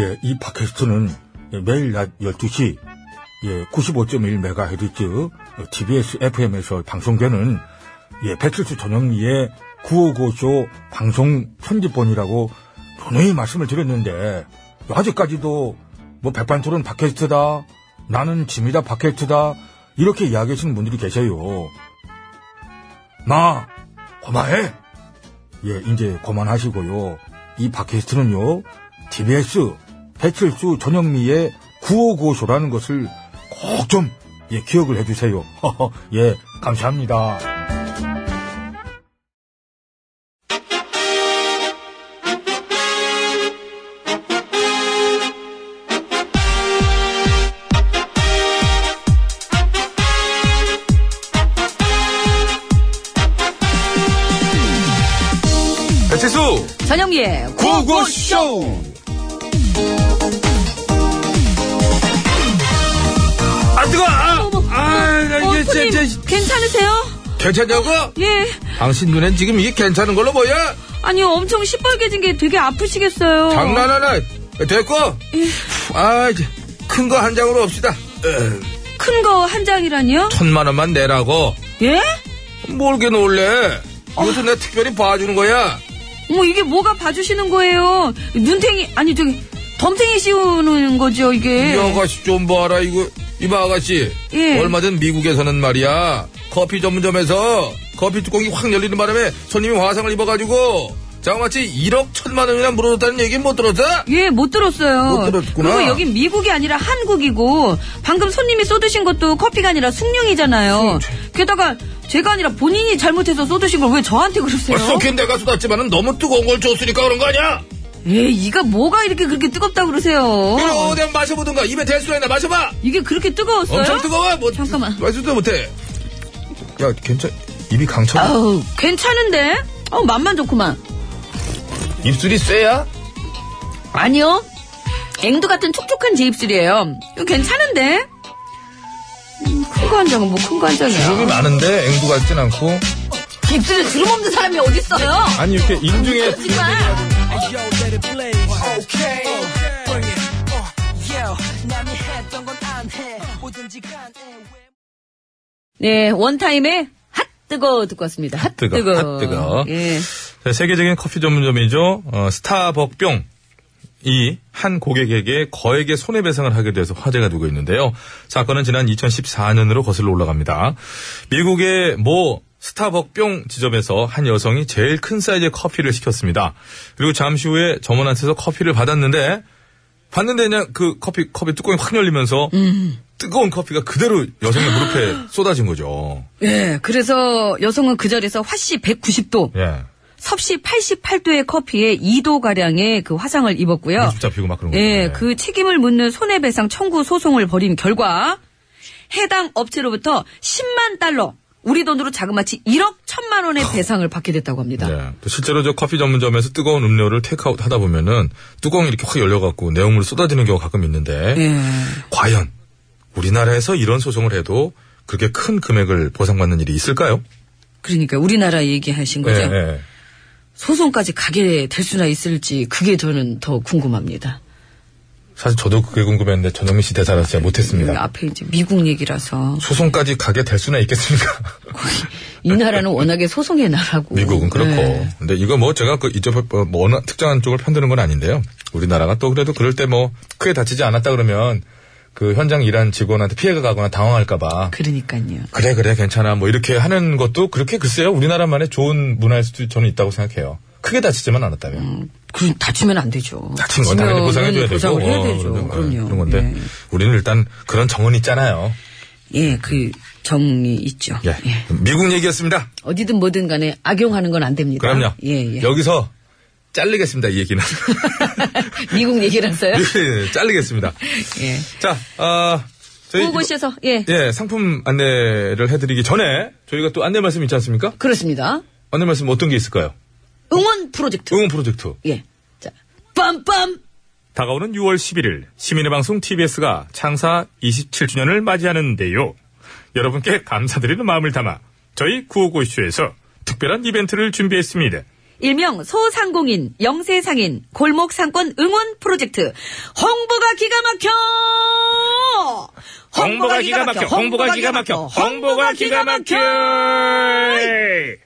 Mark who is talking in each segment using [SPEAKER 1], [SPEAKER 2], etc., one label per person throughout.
[SPEAKER 1] 예, 이 팟캐스트는 매일 낮 12시 예, 95.1MHz TBS FM에서 방송되는 예, 배칠수 전영미의 955쇼 방송 편집본이라고 분명히 말씀을 드렸는데 아직까지도 뭐 백반토론 팟캐스트다 나는 짐이다 팟캐스트다 이렇게 이야기하시는 분들이 계세요. 마 고마해 예 이제 고만하시고요 이 팟캐스트는요 TBS 배칠수 전영미의 955쇼라는 것을 꼭 좀 예, 기억을 해주세요. 예 감사합니다.
[SPEAKER 2] 배치수
[SPEAKER 3] 전영미의 어,
[SPEAKER 2] 구호구쇼 아 뜨거
[SPEAKER 3] 어머,
[SPEAKER 2] 아나 이게
[SPEAKER 3] 어머님
[SPEAKER 2] 진짜 진짜
[SPEAKER 3] 괜찮으세요?
[SPEAKER 2] 괜찮냐고
[SPEAKER 3] 예.
[SPEAKER 2] 당신 눈엔 지금 이게 괜찮은 걸로 보여
[SPEAKER 3] 아니 엄청 시뻘개진 게 되게 아프시겠어요.
[SPEAKER 2] 장난하나 됐고 아 이제 큰 거 한 장으로 옵시다 에,
[SPEAKER 3] 큰 거 한 장이라니요?
[SPEAKER 2] 천만 원만 내라고
[SPEAKER 3] 예?
[SPEAKER 2] 뭘게 놀래
[SPEAKER 3] 아.
[SPEAKER 2] 이것도 내 특별히 봐주는 거야
[SPEAKER 3] 어머 이게 뭐가 봐주시는 거예요? 눈탱이 아니 저기 덤탱이 씌우는 거죠 이게.
[SPEAKER 2] 이 아가씨 좀 봐라 이거 이봐 아가씨
[SPEAKER 3] 예.
[SPEAKER 2] 얼마 전 미국에서는 말이야 커피 전문점에서 커피 뚜껑이 확 열리는 바람에 손님이 화상을 입어가지고 장마치 1억 천만 원이나 물어줬다는 얘기 못 들었어?
[SPEAKER 3] 예, 못 들었어요.
[SPEAKER 2] 못 들었구나.
[SPEAKER 3] 그리고 여긴 미국이 아니라 한국이고, 방금 손님이 쏟으신 것도 커피가 아니라
[SPEAKER 2] 음,
[SPEAKER 3] 숭늉이잖아요. 게다가, 제가 아니라 본인이 잘못해서 쏟으신 걸 왜 저한테 그러세요?
[SPEAKER 2] 쏘긴 내가 쏟았지만은 너무 뜨거운 걸 줬으니까 그런 거 아니야?
[SPEAKER 3] 예, 에이, 이가 뭐가 이렇게 그렇게 뜨겁다 그러세요?
[SPEAKER 2] 이거 내가 마셔보든가 입에 대수나 있나 마셔봐
[SPEAKER 3] 이게 그렇게 뜨거웠어요?
[SPEAKER 2] 엄청 뜨거워 뭐
[SPEAKER 3] 잠깐만.
[SPEAKER 2] 마시지도 못해 야 괜찮 입이 강철
[SPEAKER 3] 아우, 괜찮은데? 어, 맛만 좋구만.
[SPEAKER 2] 입술이 쎄야?
[SPEAKER 3] 아니요. 앵두 같은 촉촉한 제 입술이에요. 이거 괜찮은데? 큰 거 한 장은 뭐 큰 거 한
[SPEAKER 2] 주름이
[SPEAKER 3] 장이야.
[SPEAKER 2] 많은데 앵두 같진 않고
[SPEAKER 3] 입술에 주름 없는 사람이 어딨어요?
[SPEAKER 2] 아니 이렇게 인중에 어,
[SPEAKER 3] 그러지 마.
[SPEAKER 4] Oh,
[SPEAKER 3] 네, 원타임의 핫 뜨거 듣고 왔습니다. 핫
[SPEAKER 2] 뜨거,
[SPEAKER 3] 뜨거.
[SPEAKER 2] 핫 뜨거.
[SPEAKER 3] 예.
[SPEAKER 2] 자, 세계적인 커피 전문점이죠. 어, 스타벅뿅. 이 한 고객에게 거액의 손해배상을 하게 돼서 화제가 되고 있는데요. 사건은 지난 2014년으로 거슬러 올라갑니다. 미국의 모 스타벅뿅 지점에서 한 여성이 제일 큰 사이즈의 커피를 시켰습니다. 그리고 잠시 후에 점원한테서 커피를 받았는데 봤는데 그냥 그 커피 컵의 뚜껑이 확 열리면서
[SPEAKER 3] 음.
[SPEAKER 2] 뜨거운 커피가 그대로 여성의 무릎에 쏟아진 거죠.
[SPEAKER 3] 예, 그래서 여성은 그 자리에서 화씨 190도,
[SPEAKER 2] 예.
[SPEAKER 3] 섭씨 88도의 커피에 2도가량의 그 화상을 입었고요.
[SPEAKER 2] 무릎 잡히고 막 그런 거죠.
[SPEAKER 3] 예, 그 책임을 묻는 손해배상 청구 소송을 벌인 결과 해당 업체로부터 10만 달러, 우리 돈으로 자그마치 1억 1천만 원의 배상을 받게 됐다고 합니다.
[SPEAKER 2] 네. 또 실제로 저 커피 전문점에서 뜨거운 음료를 테이크아웃 하다 보면은 뚜껑이 이렇게 확 열려갖고 내용물이 쏟아지는 경우가 가끔 있는데
[SPEAKER 3] 예.
[SPEAKER 2] 과연 우리나라에서 이런 소송을 해도 그렇게 큰 금액을 보상받는 일이 있을까요?
[SPEAKER 3] 그러니까 우리나라 얘기하신 거죠.
[SPEAKER 2] 예.
[SPEAKER 3] 소송까지 가게 될 수나 있을지 그게 저는 더 궁금합니다.
[SPEAKER 2] 사실 저도 그게 궁금했는데 전영민 씨 대사라 진짜
[SPEAKER 3] 여기
[SPEAKER 2] 못했습니다.
[SPEAKER 3] 그 앞에 이제 미국 얘기라서
[SPEAKER 2] 소송까지 가게 될 수나 있겠습니까?
[SPEAKER 3] 이 나라는 워낙에 소송의 나라고
[SPEAKER 2] 네. 미국은 그렇고.
[SPEAKER 3] 네.
[SPEAKER 2] 근데 이거 뭐 제가 그 이쪽 어, 뭐 어느 특정한 쪽을 편드는 건 아닌데요. 우리나라가 또 그래도 그럴 때 뭐 크게 다치지 않았다 그러면 그 현장 일한 직원한테 피해가 가거나 당황할까봐
[SPEAKER 3] 그러니까요.
[SPEAKER 2] 그래 그래 괜찮아 뭐 이렇게 하는 것도 그렇게 글쎄요 우리나라만의 좋은 문화일 수도 저는 있다고 생각해요. 크게 다치지만 않았다면
[SPEAKER 3] 그 다치면 안 되죠.
[SPEAKER 2] 다친 건 당연히 보상해줘야 되고
[SPEAKER 3] 그렇죠. 보상을 해야
[SPEAKER 2] 어,
[SPEAKER 3] 되죠.
[SPEAKER 2] 그런,
[SPEAKER 3] 그럼요. 네.
[SPEAKER 2] 그런 건데 우리는 일단 그런 정원이 있잖아요.
[SPEAKER 3] 예, 예, 그 정이 있죠.
[SPEAKER 2] 예.
[SPEAKER 3] 예.
[SPEAKER 2] 미국 얘기였습니다.
[SPEAKER 3] 어디든 뭐든 간에 악용하는 건 안 됩니다.
[SPEAKER 2] 그럼요.
[SPEAKER 3] 예, 예.
[SPEAKER 2] 여기서 잘리겠습니다 이 얘기는
[SPEAKER 3] 미국 얘기라서요.
[SPEAKER 2] 예, 잘리겠습니다.
[SPEAKER 3] 예.
[SPEAKER 2] 자 아, 저희 이거-
[SPEAKER 3] 후보시에서 예.
[SPEAKER 2] 예 상품 안내를 해드리기 전에 저희가 또 안내 말씀 있지 않습니까?
[SPEAKER 3] 그렇습니다.
[SPEAKER 2] 안내 말씀 어떤 게 있을까요?
[SPEAKER 3] 응원 프로젝트.
[SPEAKER 2] 응원 프로젝트.
[SPEAKER 3] 예. 자, 빰빰.
[SPEAKER 2] 다가오는 6월 11일 시민의 방송 TBS가 창사 27주년을 맞이하는데요. 여러분께 감사드리는 마음을 담아 저희 구호고쇼에서 특별한 이벤트를 준비했습니다.
[SPEAKER 3] 일명 소상공인, 영세상인, 골목상권 응원 프로젝트. 홍보가 기가 막혀!
[SPEAKER 2] 홍보가 기가 막혀. 홍보가 기가 막혀. 홍보가 기가 막혀. 예.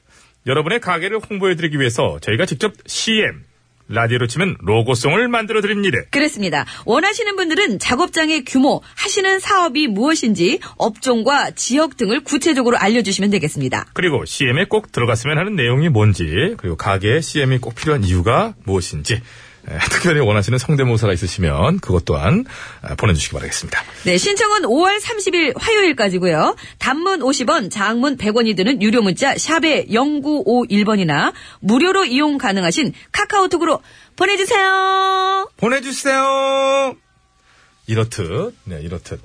[SPEAKER 2] 여러분의 가게를 홍보해드리기 위해서 저희가 직접 CM 라디오로 치면 로고송을 만들어 드립니다.
[SPEAKER 3] 그렇습니다. 원하시는 분들은 작업장의 규모, 하시는 사업이 무엇인지, 업종과 지역 등을 구체적으로 알려주시면 되겠습니다.
[SPEAKER 2] 그리고 CM에 꼭 들어갔으면 하는 내용이 뭔지, 그리고 가게에 CM이 꼭 필요한 이유가 무엇인지, 에, 특별히 원하시는 성대모사가 있으시면 그것 또한 아, 보내주시기 바라겠습니다.
[SPEAKER 3] 네, 신청은 5월 30일 화요일까지고요. 단문 50원, 장문 100원이 드는 유료 문자 샵에 0951번이나 무료로 이용 가능하신 카카오톡으로 보내주세요.
[SPEAKER 2] 보내주세요. 이렇듯, 네, 이렇듯.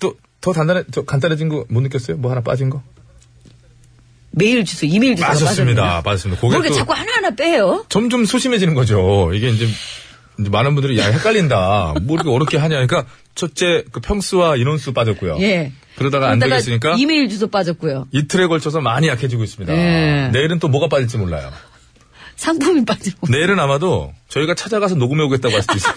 [SPEAKER 2] 또, 더 단단해, 저 간단해진 거 못 느꼈어요? 뭐 하나 빠진 거?
[SPEAKER 3] 메일 주소, 이메일 주소가
[SPEAKER 2] 맞았습니다. 맞았습니다.
[SPEAKER 3] 네, 모르게
[SPEAKER 2] 또
[SPEAKER 3] 자꾸 하나하나 빼요.
[SPEAKER 2] 점점 소심해지는 거죠. 이게 이제, 이제 많은 분들이 야, 헷갈린다. 뭐 이렇게 어렵게 하냐. 그러니까 첫째, 그 평수와 인원수 빠졌고요.
[SPEAKER 3] 예.
[SPEAKER 2] 그러다가 안
[SPEAKER 3] 그러다가
[SPEAKER 2] 되겠으니까
[SPEAKER 3] 이메일 주소 빠졌고요.
[SPEAKER 2] 이틀에 걸쳐서 많이 약해지고 있습니다.
[SPEAKER 3] 예.
[SPEAKER 2] 내일은 또 뭐가 빠질지 몰라요.
[SPEAKER 3] 상품이 빠지고.
[SPEAKER 2] 내일은 아마도 저희가 찾아가서 녹음해 오겠다고 할 수도 있어요.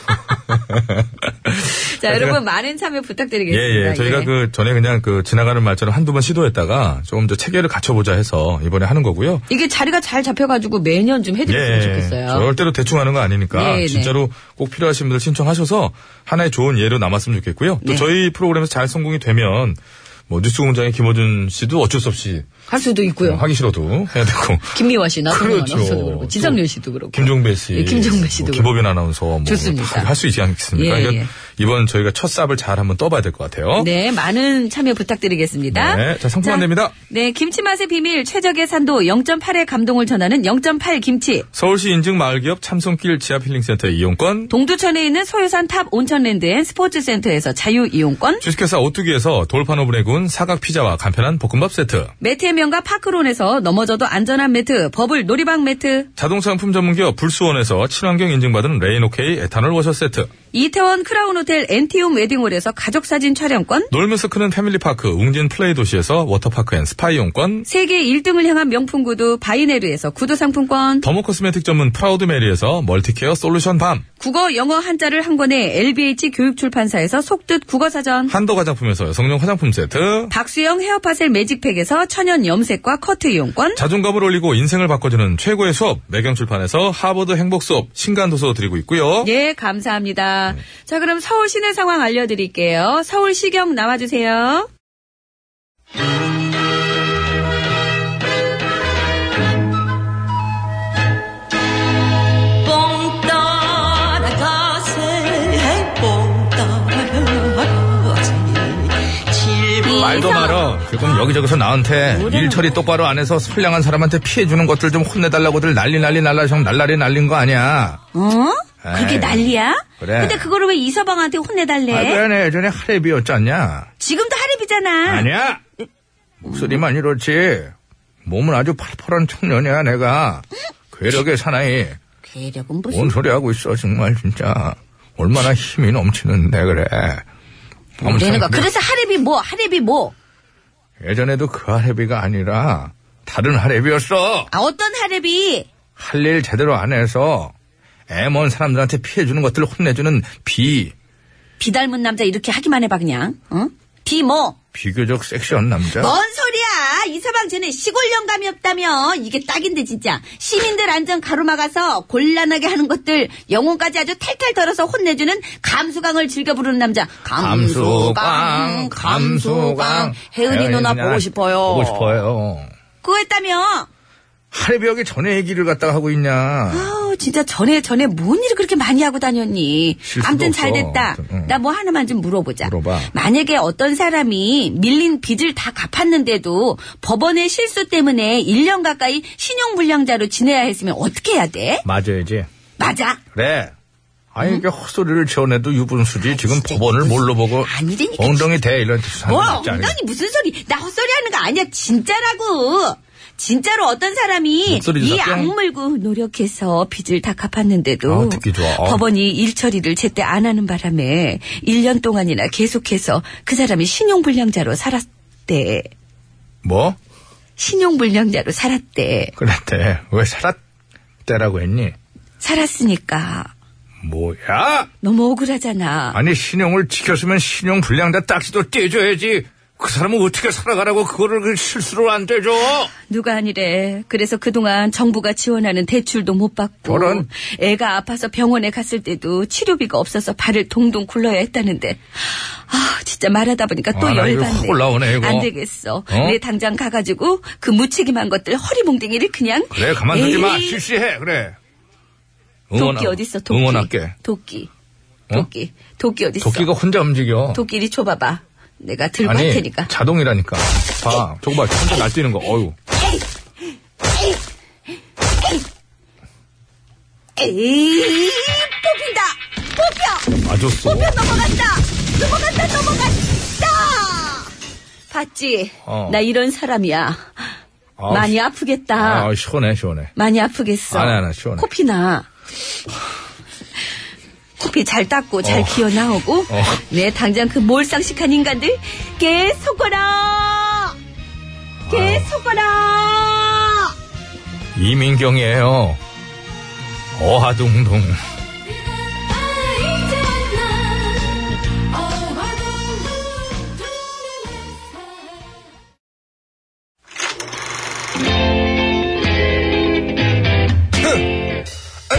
[SPEAKER 3] 자, 여러분 많은 참여
[SPEAKER 2] 예,
[SPEAKER 3] 부탁드리겠습니다.
[SPEAKER 2] 네. 예. 저희가
[SPEAKER 3] 예.
[SPEAKER 2] 그 전에 그냥 그 지나가는 말처럼 한두 번 시도했다가 조금 더 체계를 갖춰보자 해서 이번에 하는 거고요.
[SPEAKER 3] 이게 자리가 잘 잡혀가지고 매년 좀 해드렸으면
[SPEAKER 2] 예.
[SPEAKER 3] 좋겠어요.
[SPEAKER 2] 절대로 대충 하는 거 아니니까
[SPEAKER 3] 네, 네.
[SPEAKER 2] 진짜로 꼭 필요하신 분들 신청하셔서 하나의 좋은 예로 남았으면 좋겠고요. 또
[SPEAKER 3] 네.
[SPEAKER 2] 저희 프로그램에서 잘 성공이 되면 뭐 뉴스공장의 김호준 씨도 어쩔 수 없이
[SPEAKER 3] 할 수도 있고요.
[SPEAKER 2] 하기 싫어도 해야 되고
[SPEAKER 3] 김미화 씨, 나성원
[SPEAKER 2] 그렇죠.
[SPEAKER 3] 아나운서도 그렇고, 지상렬 씨도 그렇고.
[SPEAKER 2] 김종배 씨,
[SPEAKER 3] 예, 김종배 씨도 그렇고.
[SPEAKER 2] 뭐 김보빈 아나운서 뭐
[SPEAKER 3] 좋습니다.
[SPEAKER 2] 할 수 있지 않겠습니까?
[SPEAKER 3] 예,
[SPEAKER 2] 그러니까
[SPEAKER 3] 예.
[SPEAKER 2] 이번 저희가 첫 삽을 잘 한번 떠봐야 될 것 같아요.
[SPEAKER 3] 네, 많은 참여 부탁드리겠습니다.
[SPEAKER 2] 네, 자, 상품 안내입니다.
[SPEAKER 3] 네, 김치맛의 비밀 최적의 산도 0.8의 감동을 전하는 0.8 김치.
[SPEAKER 2] 서울시 인증 마을기업 참손길 지하필링센터 이용권,
[SPEAKER 3] 동두천에 있는 소유산 탑 온천랜드 앤 스포츠센터에서 자유 이용권.
[SPEAKER 2] 주식회사 오뚜기에서 돌판 오븐에 구운 사각 피자와 간편한 볶음밥 세트,
[SPEAKER 3] 매트의 명가 파크론에서 넘어져도 안전한 매트, 버블 놀이방 매트,
[SPEAKER 2] 자동차 용품 전문기업 불수원에서 친환경 인증받은 레인오케이 에탄올 워셔 세트,
[SPEAKER 3] 이태원 크라운 호텔 엔티움 웨딩홀에서 가족사진 촬영권,
[SPEAKER 2] 놀면서 크는 패밀리파크 웅진 플레이 도시에서 워터파크 앤 스파 이용권,
[SPEAKER 3] 세계 1등을 향한 명품 구두 바이네르에서 구두 상품권,
[SPEAKER 2] 더모코스메틱 전문 프라우드메리에서 멀티케어 솔루션 밤,
[SPEAKER 3] 국어 영어 한자를 한 권에 LBH 교육출판사에서 속뜻 국어사전,
[SPEAKER 2] 한도 화장품에서 여성용 화장품 세트,
[SPEAKER 3] 박수영 헤어파셀 매직팩에서 천연 염색과 커트 이용권,
[SPEAKER 2] 자존감을 올리고 인생을 바꿔주는 최고의 수업 매경출판에서 하버드 행복 수업 신간 도서 드리고 있고요.
[SPEAKER 3] 예, 감사합니다. 자, 그럼 서울 시내 상황 알려드릴게요. 서울 시경 나와주세요.
[SPEAKER 5] 뽕 따라가세 뽕 따라가세 칠분
[SPEAKER 2] 말도 말어. 지금 여기저기서 나한테 일 처리 똑바로 안 해서 선량한 사람한테 피해주는 것들 좀 혼내달라고들 난리 난리 날라 형 날라리 날린 거 아니야.
[SPEAKER 3] 어? 그렇게
[SPEAKER 2] 에이,
[SPEAKER 3] 난리야?
[SPEAKER 2] 그래.
[SPEAKER 3] 근데 그거를 왜 이서방한테 혼내달래?
[SPEAKER 2] 아, 그러네. 예전에 할애비였지 않냐?
[SPEAKER 3] 지금도 하랩이잖아.
[SPEAKER 2] 아니야. 목소리만 이렇지. 몸은 아주 팔팔한 청년이야 내가. 괴력의 사나이.
[SPEAKER 3] 괴력은 무슨.
[SPEAKER 2] 뭔 소리 하고 있어 정말 진짜. 얼마나 힘이 넘치는데 그래. 아무튼
[SPEAKER 3] 그러니까. 그래서 하랩이 뭐, 하랩이 뭐.
[SPEAKER 2] 예전에도 그 할애비가 아니라 다른 할애비였어.
[SPEAKER 3] 아, 어떤 하랩이?
[SPEAKER 2] 할 일 제대로 안 해서 애먼 사람들한테 피해주는 것들을 혼내주는 비
[SPEAKER 3] 비 닮은 남자 이렇게 하기만 해봐, 그냥. 응? 비 뭐.
[SPEAKER 2] 비교적 섹시한 남자.
[SPEAKER 3] 뭔 소리야! 이 서방 쟤는 시골 영감이 없다며! 이게 딱인데, 진짜. 시민들 안전 가로막아서 곤란하게 하는 것들, 영혼까지 아주 탈탈 털어서 혼내주는 감수광을 즐겨 부르는 남자. 감수광, 감수광. 혜은이 누나 보고 싶어요.
[SPEAKER 2] 보고 싶어요.
[SPEAKER 3] 그거 했다며!
[SPEAKER 2] 할애비 여기 전에 얘기를 갖다가 하고 있냐.
[SPEAKER 3] 아우, 진짜 전에 전에 뭔 일을 그렇게 많이 하고 다녔니?
[SPEAKER 2] 실수도
[SPEAKER 3] 아무튼 잘
[SPEAKER 2] 없어.
[SPEAKER 3] 됐다.
[SPEAKER 2] 아무튼, 응.
[SPEAKER 3] 나 뭐 하나만 좀 물어보자.
[SPEAKER 2] 물어봐.
[SPEAKER 3] 만약에 어떤 사람이 밀린 빚을 다 갚았는데도 법원의 실수 때문에 1년 가까이 신용불량자로 지내야 했으면 어떻게 해야 돼?
[SPEAKER 2] 맞아야지.
[SPEAKER 3] 맞아.
[SPEAKER 2] 그래. 아니 이게 헛소리를 지어내도 유분수지. 지금
[SPEAKER 3] 진짜
[SPEAKER 2] 법원을
[SPEAKER 3] 무슨-
[SPEAKER 2] 뭘로 보고
[SPEAKER 3] 아니라니까,
[SPEAKER 2] 엉덩이 대 이런 짓을 하는
[SPEAKER 3] 뭐
[SPEAKER 2] 거 있지 않냐.
[SPEAKER 3] 엉덩이 무슨 소리? 나 헛소리 하는 거 아니야. 진짜라고. 진짜로 어떤 사람이
[SPEAKER 2] 목소리
[SPEAKER 3] 이
[SPEAKER 2] 진짜 뿅.
[SPEAKER 3] 악물고 노력해서 빚을 다 갚았는데도
[SPEAKER 2] 아우, 듣기 좋아. 아우.
[SPEAKER 3] 법원이 일 처리를 제때 안 하는 바람에 1년 동안이나 계속해서 그 사람이 신용불량자로 살았대.
[SPEAKER 2] 뭐?
[SPEAKER 3] 신용불량자로 살았대.
[SPEAKER 2] 그랬대. 왜 살았? 때라고 했니?
[SPEAKER 3] 살았으니까.
[SPEAKER 2] 뭐야?
[SPEAKER 3] 너무 억울하잖아.
[SPEAKER 2] 아니 신용을 지켰으면 신용 불량 다 딱지도 떼줘야지. 그 사람은 어떻게 살아가라고 그거를 그 실수로 안 떼줘?
[SPEAKER 3] 누가 아니래. 그래서 그동안 정부가 지원하는 대출도 못 받고.
[SPEAKER 2] 저런.
[SPEAKER 3] 애가 아파서 병원에 갔을 때도 치료비가 없어서 발을 동동 굴러야 했다는데. 아, 진짜 말하다 보니까 또
[SPEAKER 2] 아, 나 이거
[SPEAKER 3] 열받네.
[SPEAKER 2] 확 올라오네, 이거.
[SPEAKER 3] 안 되겠어.
[SPEAKER 2] 어?
[SPEAKER 3] 내 당장 가가지고 그 무책임한 것들 허리몽댕이를 그냥.
[SPEAKER 2] 그래 가만두지 마.
[SPEAKER 3] 에이,
[SPEAKER 2] 실시해 그래.
[SPEAKER 3] 도끼
[SPEAKER 2] 응원하-
[SPEAKER 3] 어딨어, 도끼.
[SPEAKER 2] 응원할게.
[SPEAKER 3] 도끼.
[SPEAKER 2] 어?
[SPEAKER 3] 도끼. 도끼 어딨어.
[SPEAKER 2] 도끼가 혼자 움직여.
[SPEAKER 3] 도끼리 줘봐봐. 내가 들고 할
[SPEAKER 2] 아니
[SPEAKER 3] 테니까.
[SPEAKER 2] 자동이라니까. 봐 저거 봐 혼자 날뛰는 거. 어유.
[SPEAKER 3] 에이, 뽑힌다! 뽑혀!
[SPEAKER 2] 맞았어.
[SPEAKER 3] 뽑혀 넘어간다! 넘어간다, 넘어간다! 봤지?
[SPEAKER 2] 어.
[SPEAKER 3] 나 이런 사람이야.
[SPEAKER 2] 아우,
[SPEAKER 3] 많이 아프겠다.
[SPEAKER 2] 아 시원해 시원해.
[SPEAKER 3] 많이 아프겠어.
[SPEAKER 2] 안 해, 안 해, 시원해.
[SPEAKER 3] 코피 나. 코피 잘 닦고 잘
[SPEAKER 2] 어.
[SPEAKER 3] 기어 나오고
[SPEAKER 2] 어.
[SPEAKER 3] 내 당장 그 몰상식한 인간들 개 속거라 개 속거라
[SPEAKER 2] 이민경이에요. 어하둥둥.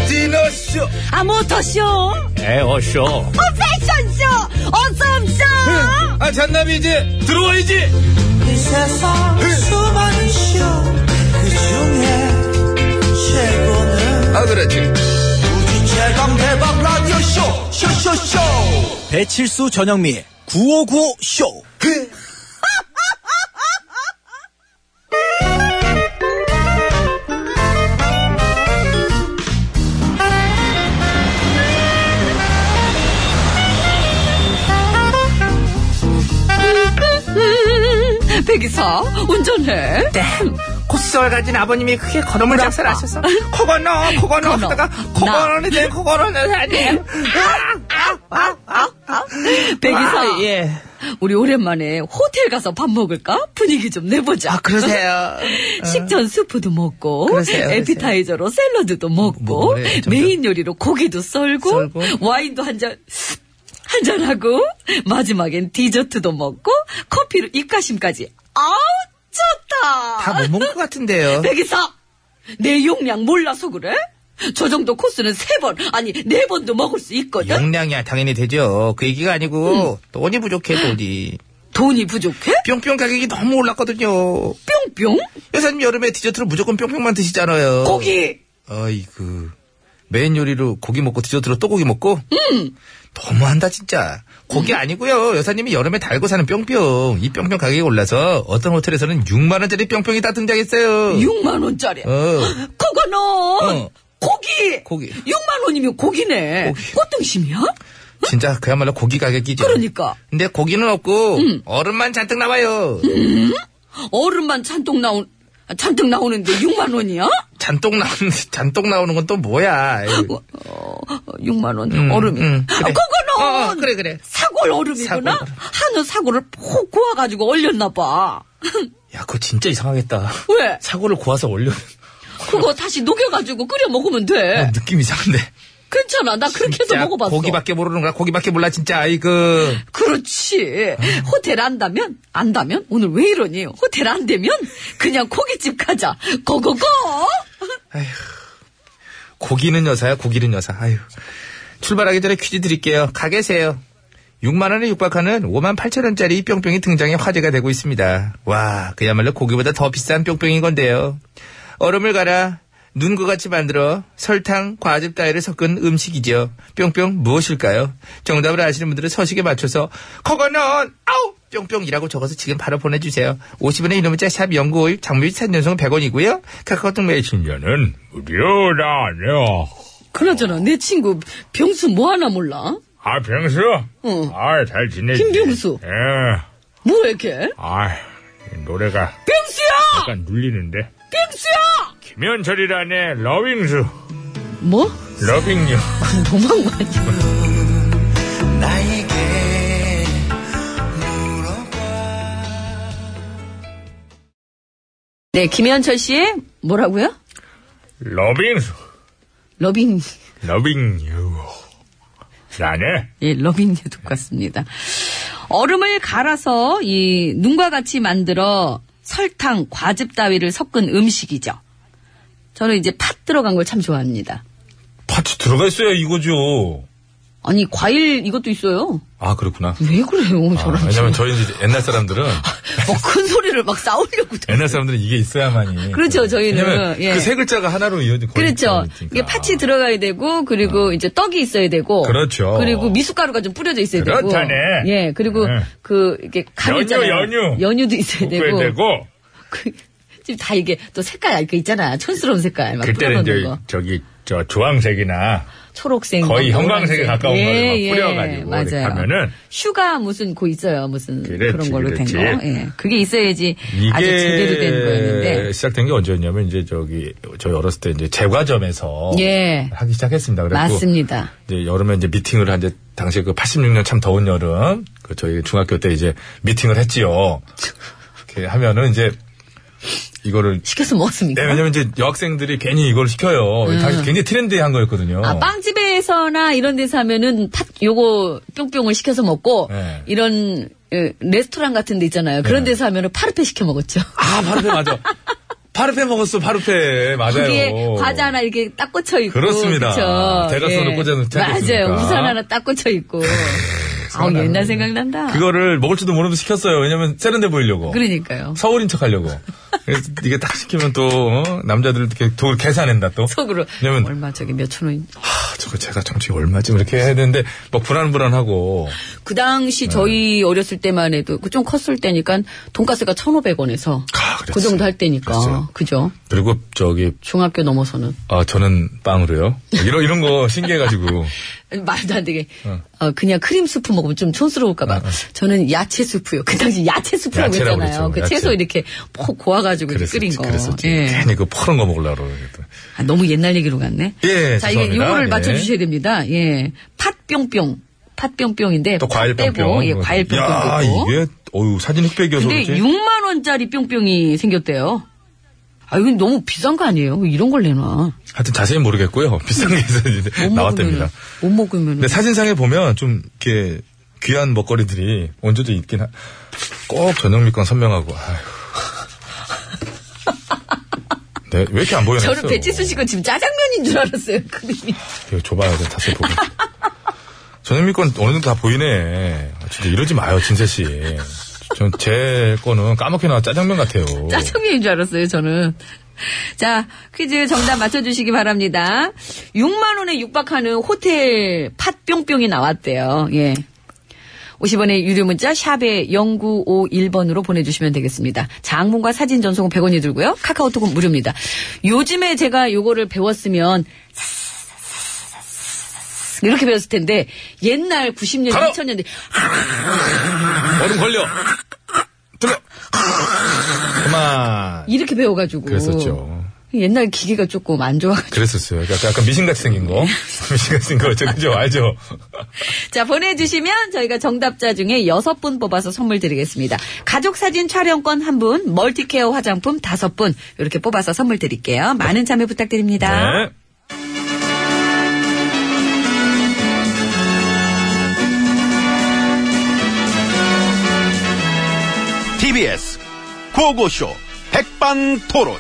[SPEAKER 2] 디너쇼
[SPEAKER 3] 아 모터쇼
[SPEAKER 2] 에어쇼.
[SPEAKER 3] 패션쇼 어썸쇼
[SPEAKER 2] 아 잔남이 이제 들어와야지.
[SPEAKER 4] 이 세상 수많은 쇼그 중에 최고는
[SPEAKER 2] 아 그렇지.
[SPEAKER 4] 우주 최강 대박 라디오 쇼 쇼쇼쇼 배칠수 전영미 9595 쇼.
[SPEAKER 3] 백이사 운전해
[SPEAKER 6] 네. 고수성을 가진 아버님이 크게 건어물 장사를 하셔서 코건어 코건어
[SPEAKER 3] 건어.
[SPEAKER 6] 하다가 코건어는 내 코건어는 사님
[SPEAKER 3] 네.
[SPEAKER 4] 아!
[SPEAKER 3] 백이사
[SPEAKER 6] 예.
[SPEAKER 3] 우리 오랜만에 호텔 가서 밥 먹을까 분위기 좀 내보자
[SPEAKER 6] 아 그러세요
[SPEAKER 3] 식전 스프도 먹고
[SPEAKER 6] 그러세요, 그러세요.
[SPEAKER 3] 에피타이저로 샐러드도 먹고
[SPEAKER 2] 뭐 그래, 점점.
[SPEAKER 3] 메인 요리로 고기도 썰고,
[SPEAKER 6] 썰고.
[SPEAKER 3] 와인도 한잔 한잔하고 마지막엔 디저트도 먹고 커피로 입가심까지 아우
[SPEAKER 6] 다
[SPEAKER 3] 좋다
[SPEAKER 4] 아,
[SPEAKER 6] 못 먹을 것 같은데요
[SPEAKER 3] 백이사 내 용량 몰라서 그래? 저 정도 코스는 세 번 아니 네 번도 먹을 수 있거든
[SPEAKER 6] 용량이야 당연히 되죠 그 얘기가
[SPEAKER 3] 음.
[SPEAKER 6] 아니고 돈이 부족해 돈이
[SPEAKER 3] 돈이 부족해?
[SPEAKER 6] 뿅뿅 가격이 너무 올랐거든요
[SPEAKER 3] 뿅뿅
[SPEAKER 6] 요사님 여름에 디저트로 무조건 뿅뿅만 드시잖아요
[SPEAKER 3] 고기
[SPEAKER 6] 아이고 메인 요리로 고기 먹고 디저트로 또 고기 먹고
[SPEAKER 3] 음.
[SPEAKER 6] 너무한다 진짜 고기 아니고요 여사님이 여름에 달고 사는 뿅뿅 이 뿅뿅 가격이 올라서 어떤 호텔에서는 6만 원짜리 뿅뿅이 다 등장했어요
[SPEAKER 3] 6만 원짜리
[SPEAKER 6] 어.
[SPEAKER 3] 그거는
[SPEAKER 6] 어.
[SPEAKER 3] 고기
[SPEAKER 6] 고기.
[SPEAKER 3] 6만 원이면 고기네
[SPEAKER 6] 고기.
[SPEAKER 3] 꽃등심이야?
[SPEAKER 6] 진짜 그야말로 고기 가격이죠
[SPEAKER 3] 그러니까
[SPEAKER 6] 근데 고기는 없고 얼음만 잔뜩 나와요
[SPEAKER 3] 얼음만 잔뜩 나온 잔뜩 나오는데 6만 원이야?
[SPEAKER 6] 잔뜩 나오는 잔뜩 나오는 건 또 뭐야
[SPEAKER 3] 어, 어, 6만 원
[SPEAKER 6] 음,
[SPEAKER 3] 얼음 이
[SPEAKER 6] 음, 그래.
[SPEAKER 3] 그거는
[SPEAKER 6] 어, 어, 그래, 그래.
[SPEAKER 3] 사골 얼음이구나
[SPEAKER 6] 사골 얼음.
[SPEAKER 3] 한우 사골을 푹 구워가지고 얼렸나 봐
[SPEAKER 6] 야 그거 진짜 이상하겠다
[SPEAKER 3] 왜?
[SPEAKER 6] 사고를 고아서 올려
[SPEAKER 3] 그거 다시 녹여가지고 끓여 먹으면 돼
[SPEAKER 6] 느낌 이상한데
[SPEAKER 3] 괜찮아 나 그렇게 해서
[SPEAKER 6] 음. 진짜
[SPEAKER 3] 네. 먹어봤어
[SPEAKER 6] 고기밖에 모르는 거야 고기밖에 몰라 진짜 아이고
[SPEAKER 3] 그렇지.
[SPEAKER 6] 음.
[SPEAKER 3] 호텔 안다면, 안다면? 오늘 왜 이러니? 호텔 안 되면? 그냥 고깃집 가자. 고고고!
[SPEAKER 6] 고기는 여사야, 고기는 여사. 아유. 출발하기 전에 퀴즈 드릴게요. 가 계세요. 6만 원에 육박하는 5만 8천 원짜리 뿅뿅이 등장해 화제가 되고 있습니다. 와, 그야말로 고기보다 더 비싼 뿅뿅인 건데요. 얼음을 갈아 눈과 같이 만들어 설탕, 과즙 따위를 섞은 음식이죠. 뿅뿅 무엇일까요? 정답을 아시는 분들은 서식에 맞춰서 그거는 아우 뿅뿅이라고 적어서 지금 바로 보내주세요. 50원의 이름 문자 샵 연구오일 장미비 3년송 100원이고요. 카카오톡 메일
[SPEAKER 2] 신자는 무료라뇨.
[SPEAKER 3] 그나저나, 내 친구 병수 뭐 하나 몰라?
[SPEAKER 2] 아 병수.
[SPEAKER 3] 어.
[SPEAKER 2] 아잘 지내지.
[SPEAKER 3] 김병수.
[SPEAKER 2] 예.
[SPEAKER 3] 뭐해, 걔?
[SPEAKER 2] 아 노래가
[SPEAKER 3] 병수야!
[SPEAKER 2] 약간 눌리는데.
[SPEAKER 3] 병수야!
[SPEAKER 2] 김현철이라네 러빙수.
[SPEAKER 3] 뭐?
[SPEAKER 2] 러빙요.
[SPEAKER 3] 도망가.
[SPEAKER 4] 나에게 물어봐.
[SPEAKER 3] 네, 김현철 씨의 뭐라고요?
[SPEAKER 2] 러빙수.
[SPEAKER 3] 러빙
[SPEAKER 2] 러빙 유. 라네.
[SPEAKER 3] 예, 러빙제 똑같습니다. 얼음을 갈아서 이 눈과 같이 만들어 설탕, 과즙 따위를 섞은 음식이죠. 저는 이제 팥 들어간 걸 참 좋아합니다.
[SPEAKER 2] 파츠 들어가 있어야 이거죠.
[SPEAKER 3] 아니 과일 이것도 있어요.
[SPEAKER 2] 아 그렇구나.
[SPEAKER 3] 왜 그래요,
[SPEAKER 2] 아,
[SPEAKER 3] 음, 저랑?
[SPEAKER 2] 왜냐면 저희 이제 옛날 사람들은
[SPEAKER 3] 아, 뭐큰 소리를 막 싸우려고.
[SPEAKER 2] 옛날 사람들은 이게 있어야만이.
[SPEAKER 3] 그렇죠, 저희는.
[SPEAKER 2] 왜냐면
[SPEAKER 3] 예.
[SPEAKER 2] 그 세 글자가 하나로 이어진 거의
[SPEAKER 3] 그렇죠.
[SPEAKER 2] 거니까. 아.
[SPEAKER 3] 이게 팥이 들어가야 되고 그리고 이제 떡이 있어야 되고
[SPEAKER 2] 그러니까. 그렇죠.
[SPEAKER 3] 그리고 미숫가루가 좀 뿌려져 있어야
[SPEAKER 2] 그렇다네.
[SPEAKER 3] 되고. 예. 그리고
[SPEAKER 2] 네.
[SPEAKER 3] 그 이게 간
[SPEAKER 2] 연유,
[SPEAKER 3] 있잖아요.
[SPEAKER 2] 연유.
[SPEAKER 3] 도 있어야 되고. 그- 지금 다 이게 또 색깔 그 있잖아. 촌스러운 색깔 막
[SPEAKER 2] 그때는
[SPEAKER 3] 뿌려놓는
[SPEAKER 2] 이제
[SPEAKER 3] 거.
[SPEAKER 2] 저기 저 주황색이나
[SPEAKER 3] 초록색
[SPEAKER 2] 거의
[SPEAKER 3] 뭐
[SPEAKER 2] 형광색에
[SPEAKER 3] 노란색.
[SPEAKER 2] 가까운
[SPEAKER 3] 예,
[SPEAKER 2] 거를 막
[SPEAKER 3] 예.
[SPEAKER 2] 뿌려가지고 이렇게
[SPEAKER 3] 맞아요.
[SPEAKER 2] 하면은
[SPEAKER 3] 슈가 무슨 그 있어요. 무슨 그
[SPEAKER 2] 그렇지,
[SPEAKER 3] 런 걸로
[SPEAKER 2] 그렇지.
[SPEAKER 3] 된 거. 예. 그게 있어야지
[SPEAKER 2] 이게
[SPEAKER 3] 아주 제대로 된 거였는데.
[SPEAKER 2] 시작된 게 언제였냐면 이제 저기 저희 어렸을 때 이제 제과점에서
[SPEAKER 3] 예.
[SPEAKER 2] 하기 시작했습니다. 어. 그래고
[SPEAKER 3] 맞습니다.
[SPEAKER 2] 이제 여름에 이제 미팅을 한 이제 당시에 그 86년 참 더운 여름 그 저희 중학교 때 이제 미팅을 했지요. 이렇게 하면은 이제 이거를
[SPEAKER 3] 시켜서 먹었습니까?
[SPEAKER 2] 네, 왜냐면 이제 여학생들이 괜히 이걸 시켜요. 당시 굉장히 트렌디한 거였거든요.
[SPEAKER 3] 음. 아, 빵집에서나 이런 데서 하면은 팥 요거 뿅뿅을 시켜서 먹고
[SPEAKER 2] 네.
[SPEAKER 3] 이런 예, 레스토랑 같은 데 있잖아요. 그런
[SPEAKER 2] 네.
[SPEAKER 3] 데서 하면은 파르페 시켜 먹었죠.
[SPEAKER 2] 아, 파르페 맞아. 파르페 먹었어, 파르페. 맞아요.
[SPEAKER 3] 거기에 과자 하나 이렇게 딱 꽂혀 있고
[SPEAKER 2] 그렇습니다.
[SPEAKER 3] 그쵸? 예.
[SPEAKER 2] 대각선으로 꽂아놓은 책
[SPEAKER 3] 맞아요.
[SPEAKER 2] 있습니까?
[SPEAKER 3] 우산 하나 딱 꽂혀 있고. 아, 옛날 생각난다.
[SPEAKER 2] 그거를 먹을지도 모르면서 시켰어요. 왜냐면 세련돼 보이려고.
[SPEAKER 3] 그러니까요.
[SPEAKER 2] 서울인 척 하려고. 그래서 이게 딱 시키면 또, 어? 남자들 이렇게 돈을 계산한다 또.
[SPEAKER 3] 속으로
[SPEAKER 2] 왜냐면-
[SPEAKER 3] 얼마 저게 몇천 원.
[SPEAKER 2] 아, 저거 제가 정치 얼마쯤 이렇게 해야 되는데, 막 불안불안하고.
[SPEAKER 3] 그 당시
[SPEAKER 2] 네.
[SPEAKER 3] 저희 어렸을 때만 해도 그좀 컸을 때니까 돈가스가 1,500원에서
[SPEAKER 2] 아, 그랬어요.
[SPEAKER 3] 그 정도 할 때니까.
[SPEAKER 2] 그랬어요.
[SPEAKER 3] 그죠?
[SPEAKER 2] 그리고 저기,
[SPEAKER 3] 중학교 넘어서는
[SPEAKER 2] 아, 저는 빵으로요. 이런, 이런 거 신기해가지고.
[SPEAKER 3] 그 말도 안 되게 어, 그냥 크림 수프 먹으면 좀 촌스러울까봐 저는 야채 수프요. 그 당시 야채 수프라고
[SPEAKER 2] 야채라고
[SPEAKER 3] 했잖아요.
[SPEAKER 2] 그랬죠.
[SPEAKER 3] 그
[SPEAKER 2] 야채.
[SPEAKER 3] 채소 이렇게 푹 고아가지고 이렇게
[SPEAKER 2] 그랬었지.
[SPEAKER 3] 끓인 거.
[SPEAKER 2] 그랬었지.
[SPEAKER 3] 예.
[SPEAKER 2] 괜히 그 퍼런 거 먹으려고 그러겠다.
[SPEAKER 3] 아, 너무 옛날 얘기로 갔네.
[SPEAKER 2] 예,
[SPEAKER 3] 자 이게
[SPEAKER 2] 죄송합니다.
[SPEAKER 3] 요거를
[SPEAKER 2] 예.
[SPEAKER 3] 맞춰주셔야 됩니다. 예, 팥뿅뿅. 팥뿅뿅인데
[SPEAKER 2] 또
[SPEAKER 3] 팥
[SPEAKER 2] 과일
[SPEAKER 3] 빼고,
[SPEAKER 2] 뿅뿅.
[SPEAKER 3] 예, 과일 뿅뿅.
[SPEAKER 2] 야, 이게, 어유 사진 흑백이어서
[SPEAKER 3] 근데
[SPEAKER 2] 그렇지.
[SPEAKER 3] 6만 원짜리 뿅뿅이 생겼대요. 아 이건 너무 비싼 거 아니에요? 왜 이런 걸 내놔.
[SPEAKER 2] 하여튼 자세히 모르겠고요. 비싼 게 있어서 이제
[SPEAKER 3] 못
[SPEAKER 2] 네, 나왔답니다. 네,
[SPEAKER 3] 먹으면 못 먹으면
[SPEAKER 2] 근데 사진상에 보면 좀 이렇게 귀한 먹거리들이 얹어져 있긴 하... 꼭 전영미 건 선명하고. 아휴. 네, 왜 이렇게 안 보여요?
[SPEAKER 3] 저는 배치수 씨가 지금 짜장면인 줄 알았어요. 그림이.
[SPEAKER 2] 이거 줘봐야 돼. 자세히 보고. 전영미 건 어느 정도 다 보이네. 아, 진짜 이러지 마요, 진세 씨. 전 제 거는 까맣게 나와 짜장면 같아요.
[SPEAKER 3] 짜장면인 줄 알았어요, 저는. 자, 퀴즈 정답 맞춰주시기 바랍니다. 6만원에 육박하는 호텔 팥뿅뿅이 나왔대요. 예. 50원의 유료 문자 샵에 0951번으로 보내주시면 되겠습니다. 장문과 사진 전송은 100원이 들고요. 카카오톡은 무료입니다. 요즘에 제가 요거를 배웠으면 이렇게 배웠을 텐데 옛날 90년,
[SPEAKER 2] 가라!
[SPEAKER 3] 2000년대
[SPEAKER 2] 얼음 걸려. 들어. 그만.
[SPEAKER 3] 이렇게 배워가지고
[SPEAKER 2] 그랬었죠.
[SPEAKER 3] 옛날 기계가 조금 안 좋아가지고
[SPEAKER 2] 그랬었어요. 그러니까 약간, 약간 미신같이 생긴
[SPEAKER 3] 네.
[SPEAKER 2] 거. 미신같이 생긴 거. 저, 그죠? 알죠?
[SPEAKER 3] 자, 보내주시면 저희가 정답자 중에 여섯 분 뽑아서 선물 드리겠습니다. 가족사진 촬영권 한 분, 멀티케어 화장품 다섯 분, 이렇게 뽑아서 선물 드릴게요. 많은 참여 부탁드립니다.
[SPEAKER 2] 네.
[SPEAKER 7] TBS 고고쇼 백반토론.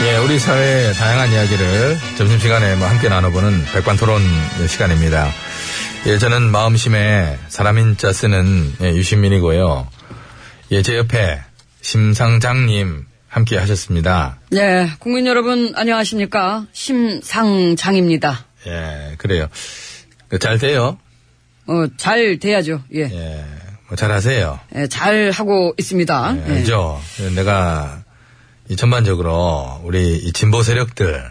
[SPEAKER 2] 예, 우리 사회의 다양한 이야기를 점심시간에 뭐 함께 나눠보는 백반 토론 시간입니다. 예, 저는 마음심에 사람인자 쓰는 예, 유시민이고요. 예, 제 옆에 심상장님 함께 하셨습니다.
[SPEAKER 3] 네, 국민 여러분 안녕하십니까. 심상장입니다.
[SPEAKER 2] 예, 그래요. 잘 돼요.
[SPEAKER 3] 어, 잘 돼야죠. 예.
[SPEAKER 2] 예, 뭐 잘하세요.
[SPEAKER 3] 예, 잘 하고 있습니다.
[SPEAKER 2] 예,
[SPEAKER 3] 예.
[SPEAKER 2] 알죠? 예, 내가 이 전반적으로 우리 이 진보 세력들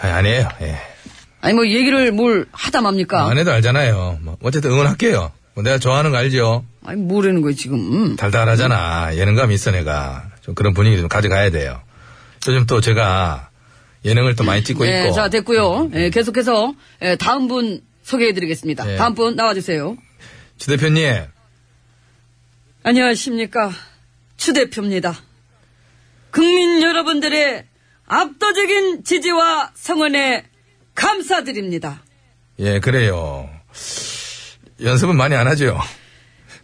[SPEAKER 2] 아니, 아니에요. 예.
[SPEAKER 3] 아니, 뭐, 얘기를 뭘 하다 맙니까?
[SPEAKER 2] 안 해도 알잖아요. 네. 뭐 어쨌든 응원할게요. 뭐 내가 좋아하는 거 알죠?
[SPEAKER 3] 아니, 뭐라는 거예요, 지금. 음.
[SPEAKER 2] 달달하잖아. 예능감 있어 내가. 좀 그런 분위기 좀 가져가야 돼요. 요즘 또 제가 예능을 또 많이 찍고
[SPEAKER 3] 예,
[SPEAKER 2] 있고.
[SPEAKER 3] 자, 됐고요. 예, 계속해서, 예, 다음 분 소개해드리겠습니다.
[SPEAKER 2] 예.
[SPEAKER 3] 다음 분 나와주세요.
[SPEAKER 2] 주 대표님
[SPEAKER 3] 안녕하십니까. 추 대표입니다. 국민 여러분들의 압도적인 지지와 성원에 감사드립니다.
[SPEAKER 8] 예, 그래요. 연습은 많이 안 하죠.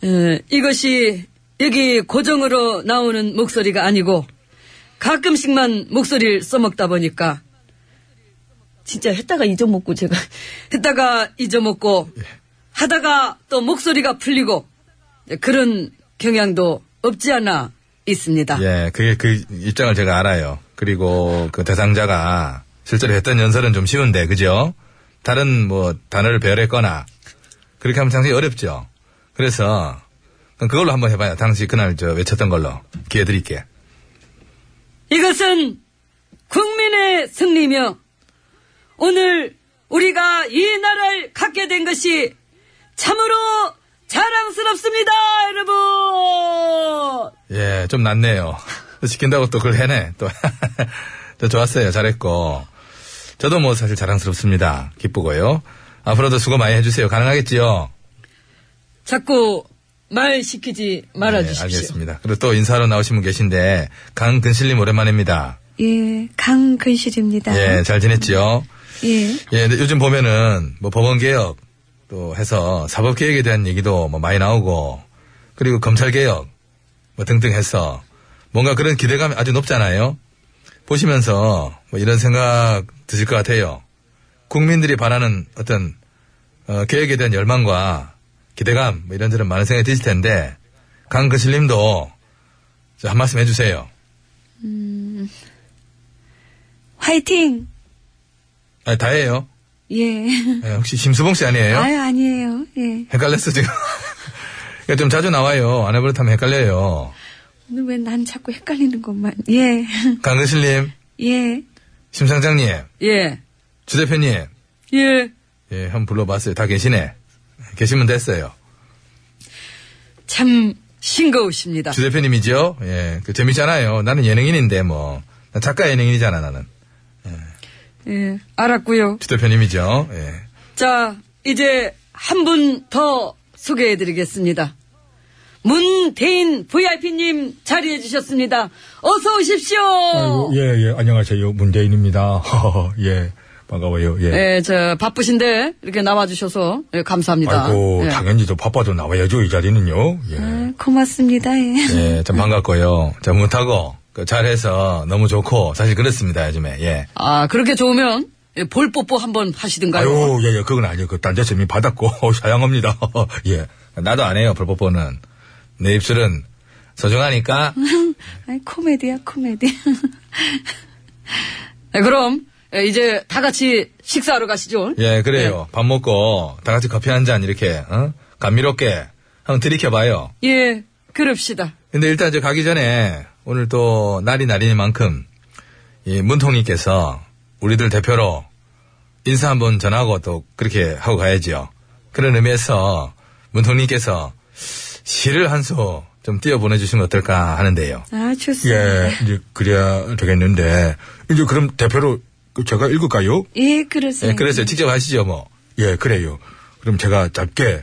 [SPEAKER 3] 에, 이것이 여기 고정으로 나오는 목소리가 아니고 가끔씩만 목소리를 써먹다 보니까 진짜 했다가 잊어먹고 제가 했다가 잊어먹고 하다가 또 목소리가 풀리고 그런 경향도 없지 않아 있습니다.
[SPEAKER 8] 예, 그게 그 입장을 제가 알아요. 그리고 그 대상자가 실제로 했던 연설은 좀 쉬운데, 그죠? 다른 뭐 단어를 배열했거나 그렇게 하면 상당히 어렵죠. 그래서 그걸로 한번 해봐요. 당시 그날 저 외쳤던 걸로 기회 드릴게.
[SPEAKER 3] 이것은 국민의 승리며 오늘 우리가 이 나라를 갖게 된 것이 참으로 자랑스럽습니다, 여러분!
[SPEAKER 8] 예, 좀 낫네요. 시킨다고 또 그걸 해내. 또, 저 좋았어요. 잘했고. 저도 뭐 사실 자랑스럽습니다. 기쁘고요. 앞으로도 수고 많이 해주세요. 가능하겠지요? 예,
[SPEAKER 3] 자꾸 말 시키지 말아주십시오.
[SPEAKER 8] 네, 알겠습니다. 그리고 또 인사하러 나오신 분 계신데, 강근실님 오랜만입니다.
[SPEAKER 9] 예, 강근실입니다.
[SPEAKER 3] 네.
[SPEAKER 8] 예, 잘 지냈지요?
[SPEAKER 9] 예.
[SPEAKER 8] 예, 근데 요즘 보면은, 뭐 법원개혁, 또 해서 사법개혁에 대한 얘기도 뭐 많이 나오고, 그리고 검찰개혁, 뭐 등등 해서, 뭔가 그런 기대감이 아주 높잖아요? 보시면서, 뭐 이런 생각 드실 것 같아요. 국민들이 바라는 어떤, 어, 개혁에 대한 열망과 기대감, 뭐 이런저런 많은 생각이 드실 텐데, 강근실 님도, 저한 말씀 해주세요.
[SPEAKER 9] 화이팅!
[SPEAKER 8] 아, 다예요.
[SPEAKER 9] 예.
[SPEAKER 8] 예, 혹시 심수봉 씨 아니에요?
[SPEAKER 9] 아유, 아니에요. 예.
[SPEAKER 8] 헷갈렸어 지금. 이거 좀 자주 나와요. 안 해버릇하면 헷갈려요.
[SPEAKER 9] 오늘 왜 난 자꾸 헷갈리는 것만. 예.
[SPEAKER 8] 강근실님,
[SPEAKER 9] 예.
[SPEAKER 8] 심상장님,
[SPEAKER 3] 예,
[SPEAKER 8] 주 대표님,
[SPEAKER 3] 예.
[SPEAKER 8] 예, 한번 불러봤어요. 다 계시네. 계시면 됐어요.
[SPEAKER 3] 참 싱거우십니다.
[SPEAKER 8] 주 대표님이죠. 예, 그 재밌잖아요. 나는 예능인인데 뭐, 나 작가 예능인이잖아 나는.
[SPEAKER 3] 예, 알았고요.
[SPEAKER 8] 주 대표님이죠. 예,
[SPEAKER 3] 자, 이제 한 분 더 소개해드리겠습니다. 문대인 VIP님 자리해 주셨습니다. 어서 오십시오.
[SPEAKER 1] 아이고, 예, 예, 안녕하세요. 문재인입니다. 예, 반가워요. 예.
[SPEAKER 3] 예, 저 바쁘신데 이렇게 나와주셔서 예, 감사합니다.
[SPEAKER 1] 아이고,
[SPEAKER 3] 예.
[SPEAKER 1] 당연히 저 바빠도 나와야죠, 이 자리는요. 예.
[SPEAKER 3] 음.
[SPEAKER 9] 아, 고맙습니다. 예.
[SPEAKER 8] 예, 참 반갑고요. 자, 못하고 그 잘해서 너무 좋고 사실 그렇습니다 요즘에. 예.
[SPEAKER 3] 아, 그렇게 좋으면 예, 볼 뽀뽀 한번 하시든가요.
[SPEAKER 1] 아유, 예, 예, 그건 아니에요. 그 단자쌤이 받았고, 사양합니다. 예.
[SPEAKER 8] 나도 안 해요 불법보는. 내 입술은 소중하니까.
[SPEAKER 9] 아이, 코미디야, 코미디.
[SPEAKER 3] 예, 그럼 예, 이제 다 같이 식사하러 가시죠.
[SPEAKER 8] 예, 그래요. 밥 먹고 다 같이 커피 한 잔 이렇게 어? 감미롭게 한번 들이켜봐요.
[SPEAKER 3] 예, 그럽시다.
[SPEAKER 8] 근데 일단 이제 가기 전에 오늘 또 날이 날이니만큼 이 문통님께서 우리들 대표로 인사 한번 전하고 또 그렇게 하고 가야지요. 그런 의미에서 문통님께서 시를 한 소 좀 띄워 보내주시면 어떨까 하는데요.
[SPEAKER 9] 아, 좋습니다.
[SPEAKER 8] 네.
[SPEAKER 1] 예, 이제 그래야 되겠는데, 이제 그럼 대표로 그 제가 읽을까요? 네.
[SPEAKER 9] 예, 그러세요.
[SPEAKER 8] 예, 그래서 직접 하시죠 뭐.
[SPEAKER 1] 예, 그래요. 그럼 제가 짧게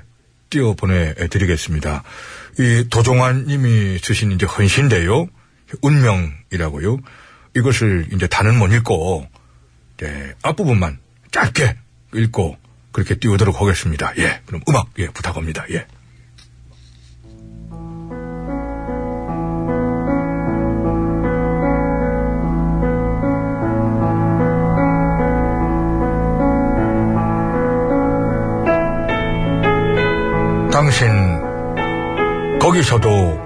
[SPEAKER 1] 띄워 보내드리겠습니다. 이 도종환 님이 쓰신 이제 헌신데요. 운명이라고요. 이것을 이제 다는 못 읽고, 네, 앞부분만 짧게 읽고, 그렇게 띄우도록 하겠습니다. 예, 그럼 음악, 예, 부탁합니다. 예. 당신 거기서도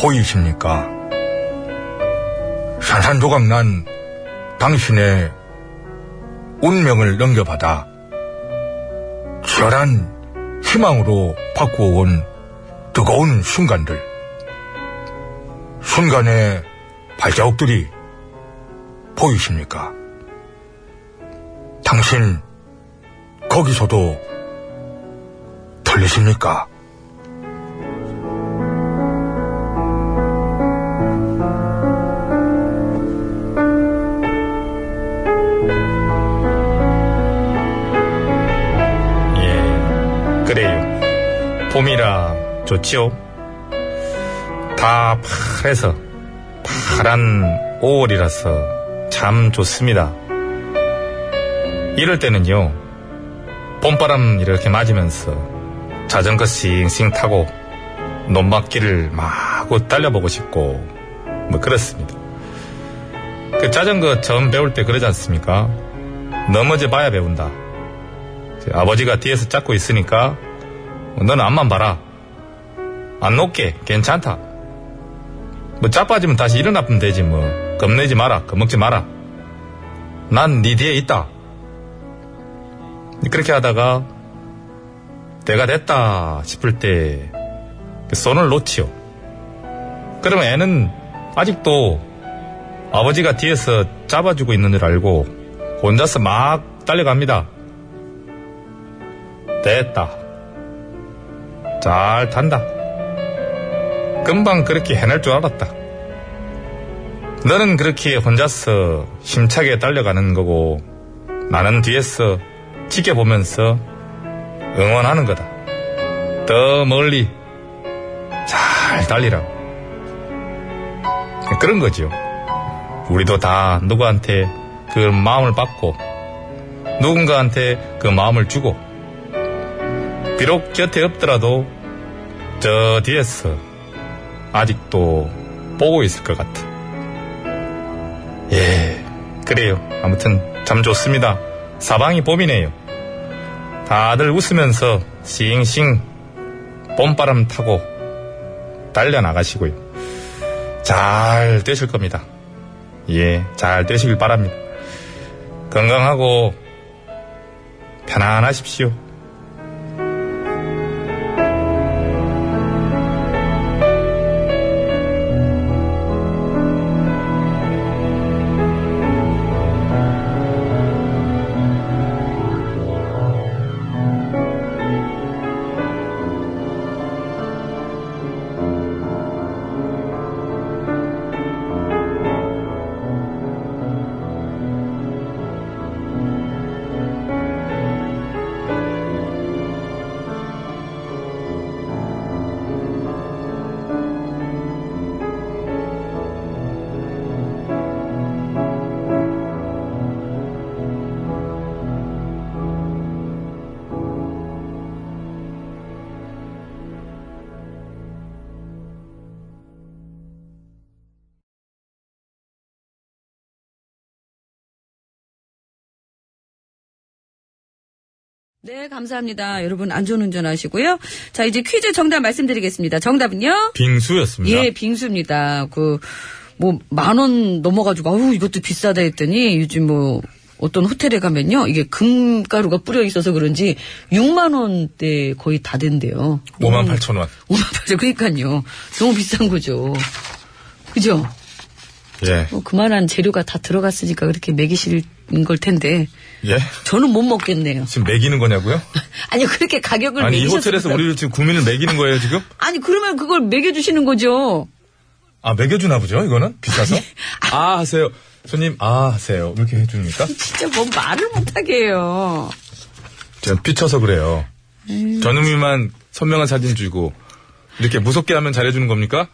[SPEAKER 1] 보이십니까? 산산조각 난 당신의 운명을 넘겨받아 치열한 희망으로 바꾸어온 뜨거운 순간들 순간의 발자국들이 보이십니까? 당신 거기서도 들리십니까?
[SPEAKER 8] 예, 그래요. 봄이라 좋지요.
[SPEAKER 2] 다 파래서 파란 5월이라서 참 좋습니다. 이럴 때는요, 봄바람 이렇게 맞으면서 자전거 싱싱 타고 논밭길을 마구 달려보고 싶고, 뭐 그렇습니다. 그 자전거 처음 배울 때 그러지 않습니까? 넘어져 봐야 배운다. 아버지가 뒤에서 짝고 있으니까 너는 앞만 봐라. 안 높게 괜찮다. 뭐 자빠지면 다시 일어나면 되지 뭐 겁내지 마라 겁먹지 마라. 난 네 뒤에 있다. 그렇게 하다가 때가 됐다 싶을 때그 손을 놓지요. 그러면 애는 아직도 아버지가 뒤에서 잡아주고 있는 줄 알고 혼자서 막 달려갑니다. 됐다. 잘 탄다. 금방 그렇게 해낼 줄 알았다. 너는 그렇게 혼자서 힘차게 달려가는 거고 나는 뒤에서 지켜보면서 응원하는 거다. 더 멀리 잘 달리라고. 그런 거지요. 우리도 다 누구한테 그 마음을 받고 누군가한테 그 마음을 주고 비록 곁에 없더라도 저 뒤에서 아직도 보고 있을 것 같아. 예, 그래요. 아무튼 참 좋습니다. 사방이 봄이네요. 다들 웃으면서 싱싱 봄바람 타고 달려나가시고요. 잘 되실 겁니다. 예, 잘 되시길 바랍니다. 건강하고 편안하십시오.
[SPEAKER 3] 네, 감사합니다. 여러분 안전 운전하시고요. 자, 이제 퀴즈 정답 말씀드리겠습니다. 정답은요?
[SPEAKER 2] 빙수였습니다.
[SPEAKER 3] 예, 빙수입니다. 그, 뭐, 만 원 넘어가지고, 아우, 이것도 비싸다 했더니, 요즘 뭐, 어떤 호텔에 가면요. 이게 금가루가 뿌려 있어서 그런지, 6만원대 거의 다 된대요.
[SPEAKER 2] 5만 8천 원.
[SPEAKER 3] 5만 그러니까요. 너무 비싼 거죠. 그죠?
[SPEAKER 2] 예.
[SPEAKER 3] 뭐, 그만한 재료가 다 들어갔으니까 그렇게 먹이실걸 텐데,
[SPEAKER 2] 예.
[SPEAKER 3] 저는 못 먹겠네요.
[SPEAKER 2] 지금 매기는 거냐고요?
[SPEAKER 3] 아니요, 그렇게 가격을
[SPEAKER 2] 아니, 이
[SPEAKER 3] 매기셨을
[SPEAKER 2] 호텔에서
[SPEAKER 3] 거다.
[SPEAKER 2] 우리를 지금 국민을 매기는 거예요, 지금?
[SPEAKER 3] 아니, 그러면 그걸 먹여주시는 거죠.
[SPEAKER 2] 아, 매겨주나 보죠, 이거는? 비싸서? 아, 하세요. 손님, 아, 하세요. 이렇게 해줍니까?
[SPEAKER 3] 진짜 뭐 말을 못하게 해요.
[SPEAKER 2] 제가 삐쳐서 그래요.
[SPEAKER 3] 음.
[SPEAKER 2] 전우미만 선명한 사진 주고, 이렇게 무섭게 하면 잘해주는 겁니까?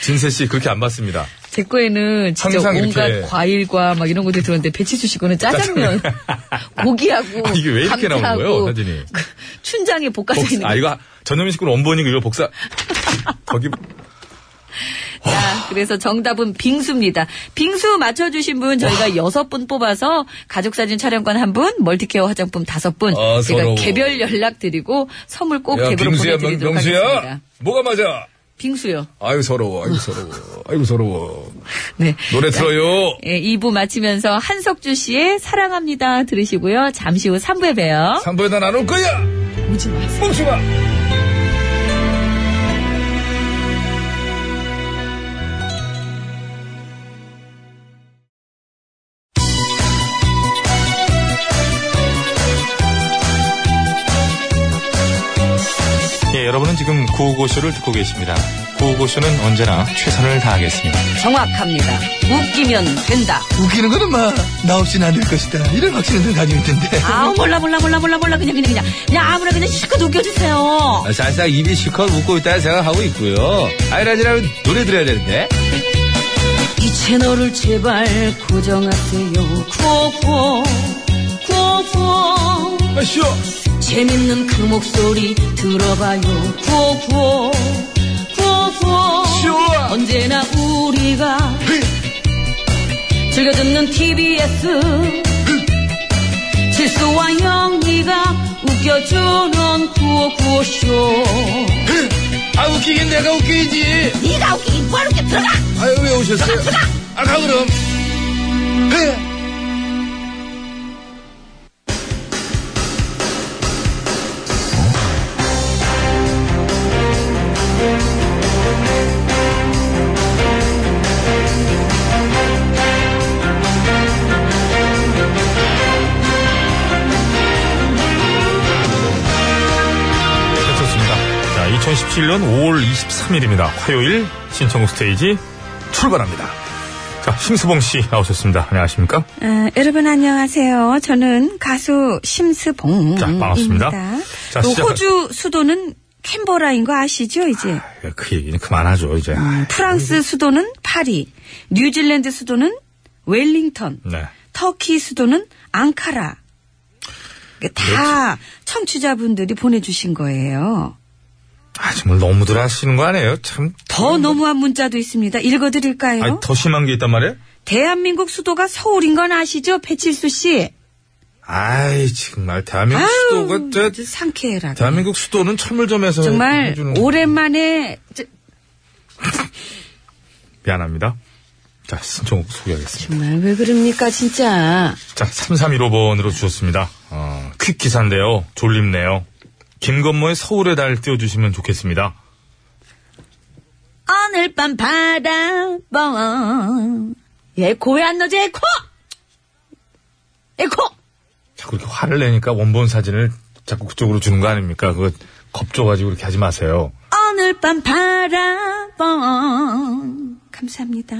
[SPEAKER 2] 진세 씨, 그렇게 안 봤습니다.
[SPEAKER 3] 제 거에는 진짜
[SPEAKER 2] 항상
[SPEAKER 3] 온갖
[SPEAKER 2] 이렇게-
[SPEAKER 3] 과일과 막 이런 것들 들었는데 배치수 씨 거는 짜장면, 고기하고
[SPEAKER 2] 아, 이게 왜 이렇게
[SPEAKER 3] 감자하고
[SPEAKER 2] 나오는 거예요, 사진이?
[SPEAKER 3] 그 춘장에 볶아져
[SPEAKER 2] 복사,
[SPEAKER 3] 있는
[SPEAKER 2] 아, 이거 전우미 씨군 원본이고, 이거 복사. 거기,
[SPEAKER 3] 자, 그래서 정답은 빙수입니다. 빙수 맞춰주신 분 저희가 여섯 분 뽑아서 가족사진 촬영권 한 분, 멀티케어 화장품 다섯 분, 제가
[SPEAKER 2] 아, 서러워.
[SPEAKER 3] 개별 연락 드리고 선물 꼭
[SPEAKER 2] 야,
[SPEAKER 3] 댁으로
[SPEAKER 2] 빙수야, 명,
[SPEAKER 3] 보내드리도록
[SPEAKER 2] 명수야!
[SPEAKER 3] 하겠습니다.
[SPEAKER 2] 뭐가 맞아?
[SPEAKER 3] 빙수요.
[SPEAKER 2] 아유, 서러워, 아유, 서러워. 아유, 서러워.
[SPEAKER 3] 네.
[SPEAKER 2] 노래 들어요.
[SPEAKER 3] 예, 2부 마치면서 한석주 씨의 사랑합니다 들으시고요. 잠시 후 3부에 봬요.
[SPEAKER 2] 3부에다 나눌 거야!
[SPEAKER 3] 오지 마세요.
[SPEAKER 2] 멈추 마! 예, 여러분은 지금 구호고쇼를 듣고 계십니다. 구호고쇼는 언제나 최선을 다하겠습니다.
[SPEAKER 10] 정확합니다. 웃기면 된다.
[SPEAKER 6] 웃기는 거는 막, 나 없진 않을 것이다. 이런 확신을 가지고 있던데.
[SPEAKER 3] 아우 몰라 몰라 몰라 몰라 몰라 그냥 그냥 그냥 그냥 아무나 그냥 실컷 웃겨주세요.
[SPEAKER 2] 아,
[SPEAKER 6] 살짝 입이 실컷 웃고 있다는 생각하고 있고요. 아이라지라면 노래 들어야 되는데.
[SPEAKER 10] 이 채널을 제발 고정하세요. 구호구호, 구호구호.
[SPEAKER 2] 아, 쉬어!
[SPEAKER 10] 재밌는 그 목소리 들어봐요. 구호구호, 구호구호. 언제나 우리가 즐겨듣는 TBS. 실수와 영리가 웃겨주는 구호구호쇼.
[SPEAKER 6] 아, 웃기긴 내가 웃기지.
[SPEAKER 3] 네가 웃기긴 뭐하러 웃겨 들어가.
[SPEAKER 6] 아유, 왜 오셨어요? 아, 가, 그럼. 네. 헤!
[SPEAKER 2] 네, 좋습니다. 자, 2017년 5월 23일입니다. 화요일 신청곡 스테이지 출발합니다. 자, 심수봉 씨 나오셨습니다. 안녕하십니까?
[SPEAKER 9] 아, 여러분 안녕하세요. 저는 가수 심스봉입니다.
[SPEAKER 2] 자, 반갑습니다. 자,
[SPEAKER 9] 또
[SPEAKER 2] 시작할-
[SPEAKER 9] 호주 수도는 캔버라인 거 아시죠 이제?
[SPEAKER 2] 아, 그 얘기는 그만하죠, 이제.
[SPEAKER 9] 음.
[SPEAKER 2] 아,
[SPEAKER 9] 프랑스 수도는 파리, 뉴질랜드 수도는 웰링턴,
[SPEAKER 2] 네.
[SPEAKER 9] 터키 수도는 앙카라. 이게 다
[SPEAKER 2] 그렇죠.
[SPEAKER 9] 청취자분들이 보내주신 거예요.
[SPEAKER 2] 아, 정말 너무들 하시는 거 아니에요? 참.
[SPEAKER 9] 더 너무한 문자도 있습니다. 읽어드릴까요?
[SPEAKER 2] 네. 아니, 더 심한 게 있단 말이에요?
[SPEAKER 9] 대한민국 수도가 서울인 건 아시죠? 배칠수 씨.
[SPEAKER 2] 아이, 정말. 대한민국
[SPEAKER 9] 아유,
[SPEAKER 2] 수도가, 저,
[SPEAKER 9] 아주 상쾌해라.
[SPEAKER 2] 대한민국 수도는 철물점에서.
[SPEAKER 9] 정말
[SPEAKER 2] 해주는 거.
[SPEAKER 9] 오랜만에 저-
[SPEAKER 2] 미안합니다. 자, 신청곡 소개하겠습니다.
[SPEAKER 10] 정말 왜 그럽니까, 진짜.
[SPEAKER 2] 자, 3315번으로 주셨습니다. 어, 퀵 기사인데요. 졸립네요. 김건모의 서울의 달 띄워주시면 좋겠습니다.
[SPEAKER 3] 오늘 밤 바라봐. 예, 고야 너제 코! 예, 코!
[SPEAKER 2] 자꾸 이렇게 화를 내니까 원본 사진을 자꾸 그쪽으로 주는 거 아닙니까? 그거 겁줘가지고 이렇게 하지 마세요.
[SPEAKER 3] 오늘 밤 바라봐.
[SPEAKER 9] 감사합니다.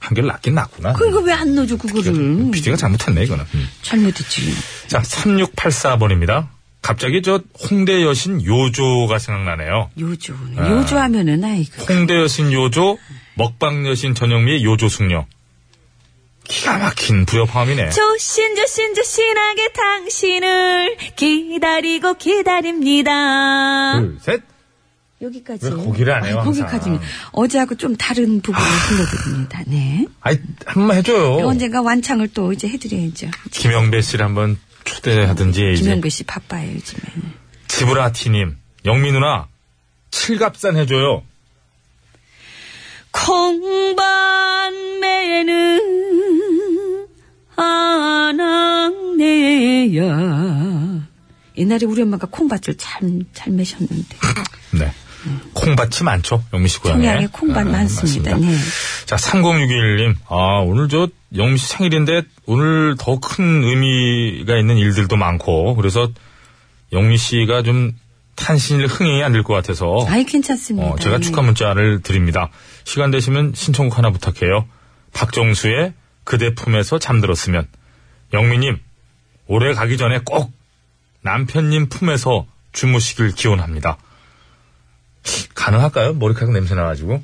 [SPEAKER 2] 한결 낫긴 낫구나.
[SPEAKER 3] 그, 이거 왜 안 넣어줘, 그거를.
[SPEAKER 2] PD가 잘못했네, 이거는. 음.
[SPEAKER 9] 잘못했지.
[SPEAKER 2] 자, 3684번입니다. 갑자기 저 홍대 여신 요조가 생각나네요.
[SPEAKER 9] 요조.
[SPEAKER 2] 아.
[SPEAKER 9] 요조하면은 아이고. 그.
[SPEAKER 2] 홍대 여신 요조, 먹방 여신 전영미의 요조 숙녀. 기가 막힌 불협화음이네.
[SPEAKER 3] 조신조신조신하게 당신을 기다리고 기다립니다.
[SPEAKER 2] 둘, 셋.
[SPEAKER 9] 여기까지.
[SPEAKER 2] 음. 왜 고기를 안 해요,
[SPEAKER 9] 아니,
[SPEAKER 2] 항상? 아.
[SPEAKER 9] 거기까지는 어제하고 좀 다른 부분을 들려드립니다. 네.
[SPEAKER 2] 아이, 한번 해줘요.
[SPEAKER 9] 언젠가 완창을 또 이제 해드려야죠.
[SPEAKER 2] 김영배 씨를 한번 초대하든지 이제
[SPEAKER 9] 김영배 씨 바빠요 요즘에.
[SPEAKER 2] 지브라티님 영미 누나 칠갑산 해줘요.
[SPEAKER 9] 콩밤매는 아낙네야. 옛날에 우리 엄마가 콩밭을 참 잘 매셨는데.
[SPEAKER 2] 네. 콩밭이 많죠 영미 씨 고향에.
[SPEAKER 9] 청양에 콩밭
[SPEAKER 2] 아,
[SPEAKER 9] 많습니다. 네.
[SPEAKER 2] 자 3061님 아 오늘 저 영미 씨 생일인데 오늘 더 큰 의미가 있는 일들도 많고 그래서 영미 씨가 좀 탄신일 흥이 안 될 것 같아서
[SPEAKER 9] 네. 아이 괜찮습니다.
[SPEAKER 3] 음,
[SPEAKER 2] 어, 제가
[SPEAKER 9] 네.
[SPEAKER 2] 축하 문자를 드립니다. 시간 되시면 신청곡 하나 부탁해요. 박정수의 그대 품에서 잠들었으면. 영미님, 올해 가기 전에 꼭 남편님 품에서 주무시길 기원합니다. 가능할까요? 머리카락 냄새 나가지고.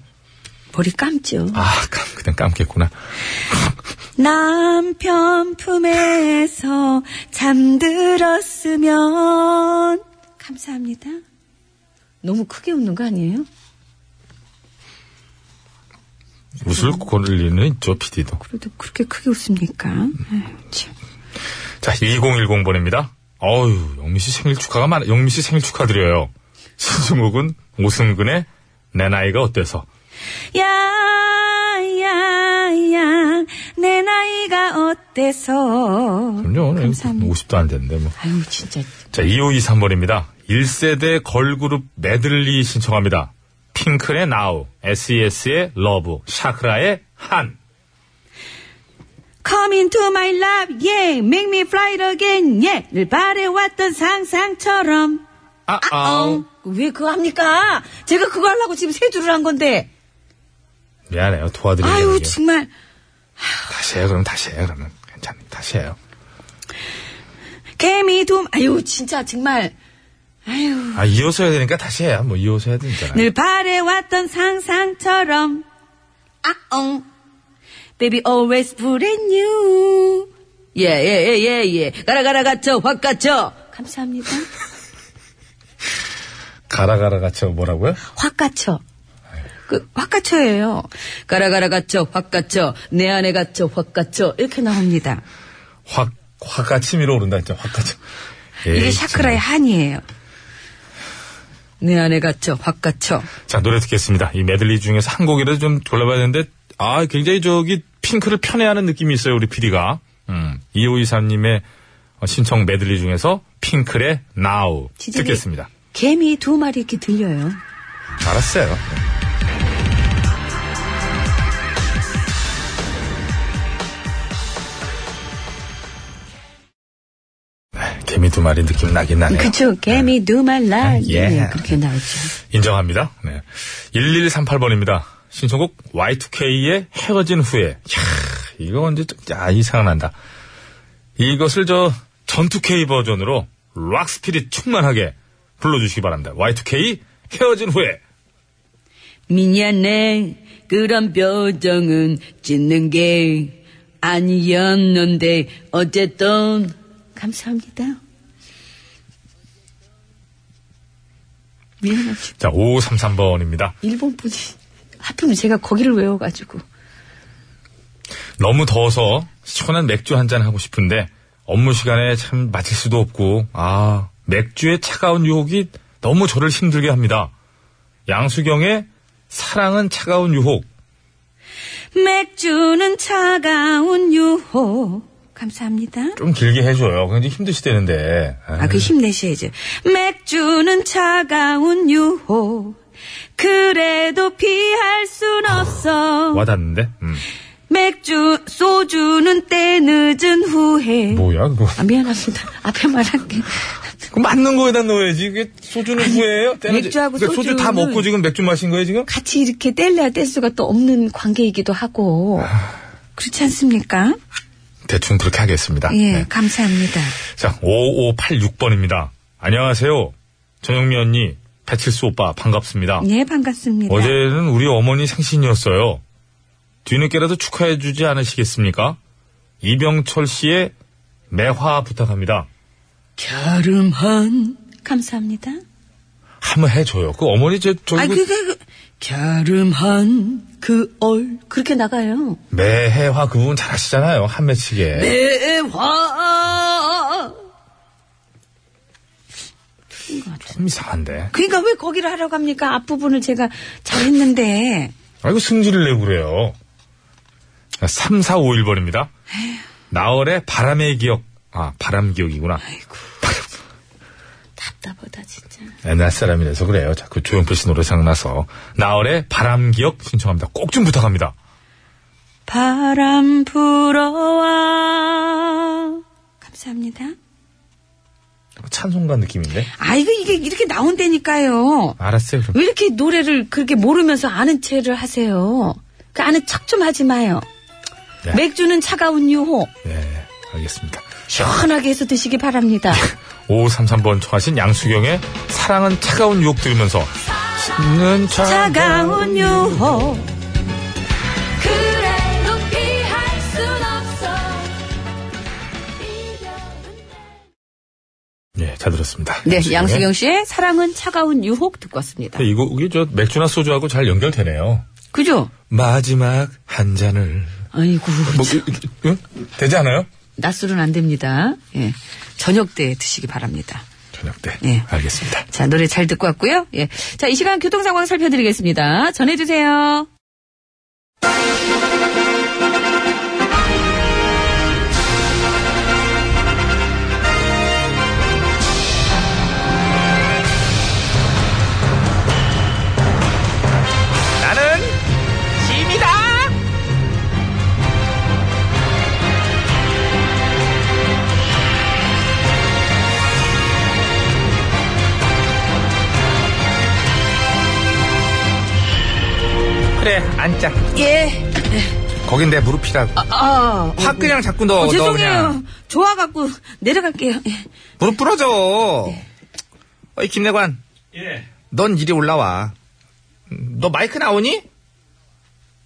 [SPEAKER 9] 머리 감죠.
[SPEAKER 2] 아, 깜, 그땐 깜겠구나.
[SPEAKER 9] 남편 품에서 잠들었으면 감사합니다.
[SPEAKER 10] 너무 크게 웃는 거 아니에요?
[SPEAKER 2] 웃을 고를 리는 있죠, PD도.
[SPEAKER 9] 그래도 그렇게 크게 웃습니까? 아유, 참.
[SPEAKER 2] 자, 2010번입니다. 어유 영미 씨 생일 축하가 많아. 영미 씨 생일 축하드려요. 신승욱은 오승근의 내 나이가 어때서.
[SPEAKER 9] 야야야 내 나이가 어때서?
[SPEAKER 2] 그럼요. 네,
[SPEAKER 9] 감사합니다.
[SPEAKER 2] 50도 안 됐는데, 뭐.
[SPEAKER 9] 아유 진짜
[SPEAKER 2] 자, 2523번입니다. 1세대 걸그룹 메들리 신청합니다. 핑클의 나우, SES의 러브, 샤크라의 한.
[SPEAKER 9] Come into my love, yeah, make me fly again, yeah. 늘 바래왔던 상상처럼
[SPEAKER 2] 아아옹.
[SPEAKER 9] 왜 그거 합니까? 제가 그거 하려고 지금 세 줄을 한 건데.
[SPEAKER 2] 미안해요. 도와드리려고.
[SPEAKER 9] 아유, 정말.
[SPEAKER 2] 다시 해요. 그럼 다시 해요. 그러면 괜찮아요. 다시 해요.
[SPEAKER 9] 개미 돔, 아유, 진짜, 정말. 아유.
[SPEAKER 2] 아 이어서 해야 되니까 다시 해요. 뭐 이어서 해야 되잖아요.
[SPEAKER 9] 늘 바래왔던 상상처럼. 아옹. Baby always brand new.
[SPEAKER 10] 예, 예, 예, 예, 예. 가라, 가라, 갇혀, 확 갇혀.
[SPEAKER 9] 감사합니다.
[SPEAKER 2] 가라 가라 갇혀 뭐라고요?
[SPEAKER 9] 확 갇혀. 그, 확 갇혀예요.
[SPEAKER 10] 가라, 가라, 갇혀, 확 갇혀. 내 안에 갇혀, 확 갇혀. 이렇게 나옵니다.
[SPEAKER 2] 확 확 아침이로 예, 오른다 진짜 확 갇혀.
[SPEAKER 9] 이게
[SPEAKER 2] 에이,
[SPEAKER 9] 샤크라의 한이에요.
[SPEAKER 10] 내 안에 갇혀, 확 갇혀.
[SPEAKER 2] 자, 노래 듣겠습니다. 이 메들리 중에서 한 곡이라도 좀 골라봐야 되는데, 아, 굉장히 저기 핑크를 편애하는 느낌이 있어요, 우리 PD가. 음, 2523님의 신청 메들리 중에서 핑클의 Now
[SPEAKER 9] 진짜
[SPEAKER 2] 듣겠습니다.
[SPEAKER 9] 개미 두 마리 이렇게 들려요.
[SPEAKER 2] 알았어요. 네, 개미 두 마리 느낌 나긴 나네요.
[SPEAKER 9] 그쵸, 개미 두 마리.
[SPEAKER 2] 예.
[SPEAKER 9] 예, 그렇게 나오죠.
[SPEAKER 2] 인정합니다. 네. 1138번입니다. 신청곡 Y2K의 헤어진 후에. 야 이거 언제, 좀- 야, 이 생각난다. 이것을 저 전투K 버전으로 락스피릿 충만하게 불러주시기 바랍니다. Y2K 헤어진 후에.
[SPEAKER 10] 미안해. 그런 표정은 짓는 게 아니었는데, 어쨌든.
[SPEAKER 9] 감사합니다.
[SPEAKER 2] 자, 5533번입니다.
[SPEAKER 9] 일본 분이. 하필 제가 거기를 외워가지고.
[SPEAKER 2] 너무 더워서 시원한 맥주 한 잔 하고 싶은데 업무 시간에 참 마칠 수도 없고 아 맥주의 차가운 유혹이 너무 저를 힘들게 합니다. 양수경의 사랑은 차가운 유혹
[SPEAKER 9] 맥주는 차가운 유혹. 감사합니다.
[SPEAKER 2] 좀 길게 해줘요. 굉장히 힘드시대는데
[SPEAKER 9] 아, 그 힘내셔야죠. 맥주는 차가운 유혹. 그래도 피할 순 없어.
[SPEAKER 2] 와닿는데 음.
[SPEAKER 9] 맥주, 소주는 때 늦은 후에.
[SPEAKER 2] 뭐야 그거
[SPEAKER 9] 아, 미안합니다. 앞에 말할게.
[SPEAKER 2] 그 맞는 거에다 넣어야지 이게 소주는 후에요? 때는
[SPEAKER 9] 맥주하고
[SPEAKER 2] 이제- 그러니까 소주 다
[SPEAKER 9] 소주는-
[SPEAKER 2] 먹고 지금 맥주 마신 거예요 지금?
[SPEAKER 9] 같이 이렇게 뗄래야 뗄 수가 또 없는 관계이기도 하고. 그렇지 않습니까?
[SPEAKER 2] 대충 그렇게 하겠습니다.
[SPEAKER 9] 예,
[SPEAKER 2] 네.
[SPEAKER 9] 감사합니다.
[SPEAKER 2] 자, 5586번입니다. 안녕하세요. 전영미 언니, 배칠수 오빠 반갑습니다.
[SPEAKER 9] 예, 반갑습니다.
[SPEAKER 2] 어제는 우리 어머니 생신이었어요. 뒤늦게라도 축하해주지 않으시겠습니까? 이병철 씨의 매화 부탁합니다.
[SPEAKER 10] 갸름한,
[SPEAKER 9] 감사합니다.
[SPEAKER 2] 한번 해줘요. 그 어머니 저, 저,
[SPEAKER 10] 아이,
[SPEAKER 2] 그
[SPEAKER 10] 그, 그, 그, 갸름한 그 얼.
[SPEAKER 9] 그렇게 나가요.
[SPEAKER 2] 매화 그 부분 잘하시잖아요. 한 매치게.
[SPEAKER 10] 매화.
[SPEAKER 2] 좀 이상한데.
[SPEAKER 9] 그러니까 왜 거기를 하러 갑니까? 앞부분을 제가 잘했는데.
[SPEAKER 2] 아이고, 승질을 내고 그래요. 3451번입니다. 나얼의 바람의 기억. 아, 바람 기억이구나.
[SPEAKER 9] 답답하다, 진짜.
[SPEAKER 2] 옛날 사람이라서 그래요. 자꾸 조용필 씨 노래 생각나서. 나얼의 바람 기억 신청합니다. 꼭 좀 부탁합니다.
[SPEAKER 9] 바람 불어와. 감사합니다.
[SPEAKER 2] 찬송가 느낌인데?
[SPEAKER 9] 아이고, 이게 이렇게 나온다니까요.
[SPEAKER 2] 알았어요, 그럼.
[SPEAKER 9] 왜 이렇게 노래를 그렇게 모르면서 아는 체를 하세요? 그 아는 척 좀 하지 마요.
[SPEAKER 2] 네.
[SPEAKER 9] 맥주는 차가운 유혹.
[SPEAKER 2] 예, 알겠습니다.
[SPEAKER 9] 시원하게 해서 드시기 바랍니다.
[SPEAKER 2] 5533번 청하신 양수경의 사랑은 차가운 유혹 들으면서 신은 차
[SPEAKER 9] 차가운 유혹.
[SPEAKER 5] 그래도 피할 순 없어
[SPEAKER 2] 예, 잘 들었습니다.
[SPEAKER 10] 네,
[SPEAKER 2] 양수경의.
[SPEAKER 10] 양수경 씨의
[SPEAKER 9] 사랑은 차가운 유혹 듣고 왔습니다.
[SPEAKER 2] 근데 네, 이거, 이게 저 맥주나 소주하고 잘 연결되네요.
[SPEAKER 10] 그죠?
[SPEAKER 2] 마지막 한 잔을.
[SPEAKER 10] 아이고.
[SPEAKER 2] 뭐, 이- 이- 응? 되지 않아요?
[SPEAKER 10] 낮술은 안 됩니다. 예. 저녁 때 드시기 바랍니다.
[SPEAKER 2] 저녁 때.
[SPEAKER 10] 예.
[SPEAKER 2] 알겠습니다.
[SPEAKER 10] 자, 노래 잘 듣고 왔고요. 예. 자, 이 시간 교통 상황 살펴드리겠습니다. 전해주세요.
[SPEAKER 6] 나는 짐이다. 그래 앉자
[SPEAKER 3] 예.
[SPEAKER 6] 거긴 내 무릎이라고
[SPEAKER 3] 아.
[SPEAKER 6] 확
[SPEAKER 3] 아이고.
[SPEAKER 6] 그냥 자꾸 넣어,
[SPEAKER 3] 어,
[SPEAKER 6] 넣어,
[SPEAKER 3] 죄송해요.
[SPEAKER 6] 그냥.
[SPEAKER 3] 좋아갖고 내려갈게요. 예.
[SPEAKER 6] 무릎 부러져 어이 김내관
[SPEAKER 2] 예.
[SPEAKER 6] 넌 이리 올라와 음, 너 마이크 나오니?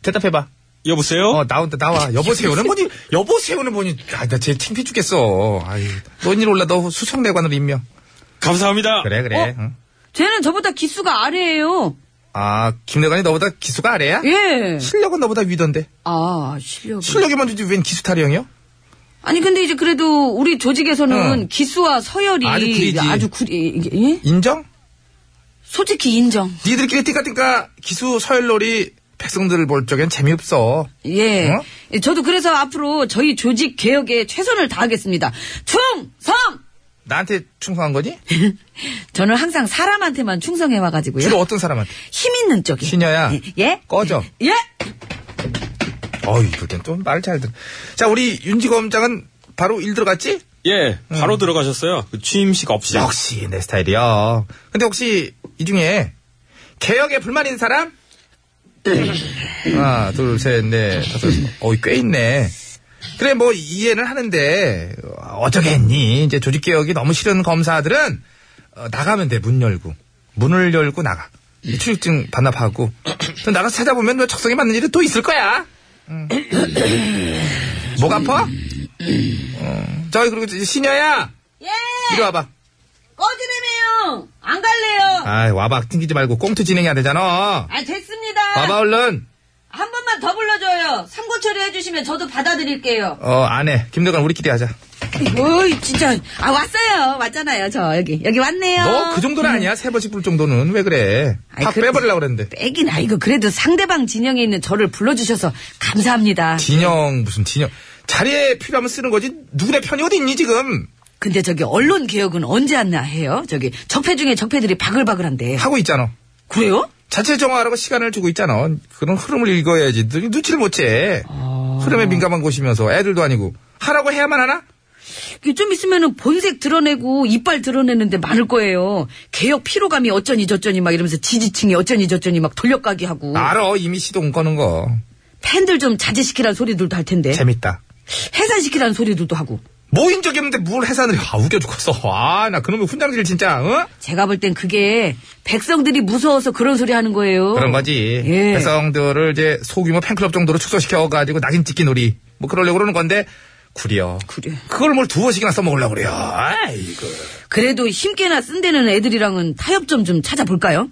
[SPEAKER 6] 대답해봐
[SPEAKER 2] 여보세요?
[SPEAKER 6] 어 나온다 나와 여보세요는 뭐니 여보세요는 뭐니 아나쟤 창피해 죽겠어 아유 넌 이리 올라 너 수석내관으로 임명
[SPEAKER 2] 감사합니다.
[SPEAKER 6] 그래 그래 응.
[SPEAKER 3] 쟤는 저보다 기수가 아래예요.
[SPEAKER 6] 아 김내관이 너보다 기수가 아래야?
[SPEAKER 3] 예.
[SPEAKER 6] 실력은 너보다 위던데
[SPEAKER 3] 아 실력.
[SPEAKER 6] 실력이 먼저지 웬 기수 타령이요?
[SPEAKER 3] 아니 근데 이제 그래도 우리 조직에서는
[SPEAKER 6] 응.
[SPEAKER 3] 기수와 서열이
[SPEAKER 6] 아주 구리지.
[SPEAKER 3] 아주 구리. 이게- 예?
[SPEAKER 6] 인정?
[SPEAKER 3] 솔직히 인정.
[SPEAKER 6] 니들끼리 띵까띵까 기수 서열놀이 백성들을 볼 적엔 재미없어.
[SPEAKER 3] 예.
[SPEAKER 6] 어?
[SPEAKER 3] 예, 저도 그래서 앞으로 저희 조직 개혁에 최선을 다하겠습니다. 충성!
[SPEAKER 6] 나한테 충성한 거니?
[SPEAKER 3] 예? 저는 항상 사람한테만 충성해 와가지고요.
[SPEAKER 6] 주로 어떤 사람한테?
[SPEAKER 3] 힘 있는 쪽이.
[SPEAKER 6] 신여야.
[SPEAKER 3] 예?
[SPEAKER 6] 꺼져.
[SPEAKER 3] 예?
[SPEAKER 6] 어이, 이럴 땐또 말 잘 들어. 자, 우리 윤지 검장은 바로 일 들어갔지?
[SPEAKER 2] 예,
[SPEAKER 6] 음.
[SPEAKER 2] 바로 들어가셨어요. 그 취임식 없이.
[SPEAKER 6] 역시 내 스타일이야. 근데 혹시 이 중에 개혁에 불만인 사람? 하나, 둘, 셋, 넷, 다섯. 어이, 꽤 있네. 그래, 뭐, 이해는 하는데, 어쩌겠니. 이제 조직개혁이 너무 싫은 검사들은, 어, 나가면 돼, 문 열고. 문을 열고 나가. 출입증 반납하고. 또 나가서 찾아보면 너 적성에 맞는 일은 또 있을 거야. 음. 목 아파? 어, 저기, 그리고 신여야!
[SPEAKER 4] 예!
[SPEAKER 6] 이리 와봐.
[SPEAKER 4] 꺼지래매요! 안 갈래요!
[SPEAKER 6] 아이, 와봐. 튕기지 말고 꽁트 진행해야 되잖아.
[SPEAKER 4] 아, 됐습니다!
[SPEAKER 6] 와봐, 얼른.
[SPEAKER 4] 한 번만 더 불러줘요! 삼고 처리해주시면 저도 받아드릴게요!
[SPEAKER 6] 어, 안 해. 김대관, 우리끼리 하자.
[SPEAKER 4] 어이, 진짜. 아, 왔어요. 왔잖아요. 저, 여기. 여기 왔네요.
[SPEAKER 6] 너 그 정도는 아니야. 세 번씩 부를 정도는. 왜 그래?
[SPEAKER 3] 아이,
[SPEAKER 6] 다
[SPEAKER 3] 그래.
[SPEAKER 6] 빼버리려고 그랬는데.
[SPEAKER 3] 빼긴 음, 아이고 그래도 상대방 진영에 있는 저를 불러주셔서 감사합니다.
[SPEAKER 6] 진영, 무슨 진영. 자리에 필요하면 쓰는 거지. 누구네 편이 어디 있니, 지금?
[SPEAKER 3] 근데 저기 언론 개혁은 언제 하나 해요? 저기 적폐 중에 적폐들이 바글바글한데.
[SPEAKER 6] 하고 있잖아.
[SPEAKER 3] 그래요?
[SPEAKER 6] 자체 정화하라고 시간을 주고 있잖아. 그런 흐름을 읽어야지. 너 눈치를 못 채.
[SPEAKER 3] 아.
[SPEAKER 6] 흐름에 민감한 곳이면서 애들도 아니고. 하라고 해야만 하나?
[SPEAKER 3] 이게 좀 있으면은 본색 드러내고 이빨 드러내는데 많을 거예요. 개혁 피로감이 어쩌니 저쩌니 막 이러면서 지지층이 어쩌니 저쩌니 막 돌려가기 하고
[SPEAKER 6] 알아. 이미 시동 거는 거.
[SPEAKER 3] 팬들 좀 자제시키라는 소리들도 할 텐데
[SPEAKER 6] 재밌다.
[SPEAKER 3] 해산시키라는 소리들도 하고
[SPEAKER 6] 모인 적이 없는데 뭘 해산을 해. 아 웃겨 죽겠어 아나 그놈의 훈장질 진짜 어?
[SPEAKER 3] 제가 볼 땐 그게 백성들이 무서워서 그런 소리 하는 거예요.
[SPEAKER 6] 그런 거지
[SPEAKER 3] 예.
[SPEAKER 6] 백성들을 이제 소규모 팬클럽 정도로 축소시켜가지고 낙인 찍기 놀이 뭐 그러려고 그러는 건데 구려
[SPEAKER 3] 그래.
[SPEAKER 6] 그걸 뭘 두 번씩이나 써먹으려고 그래요 아이고
[SPEAKER 3] 그래도 힘께나 쓴데는 애들이랑은 타협 좀 좀 찾아볼까요?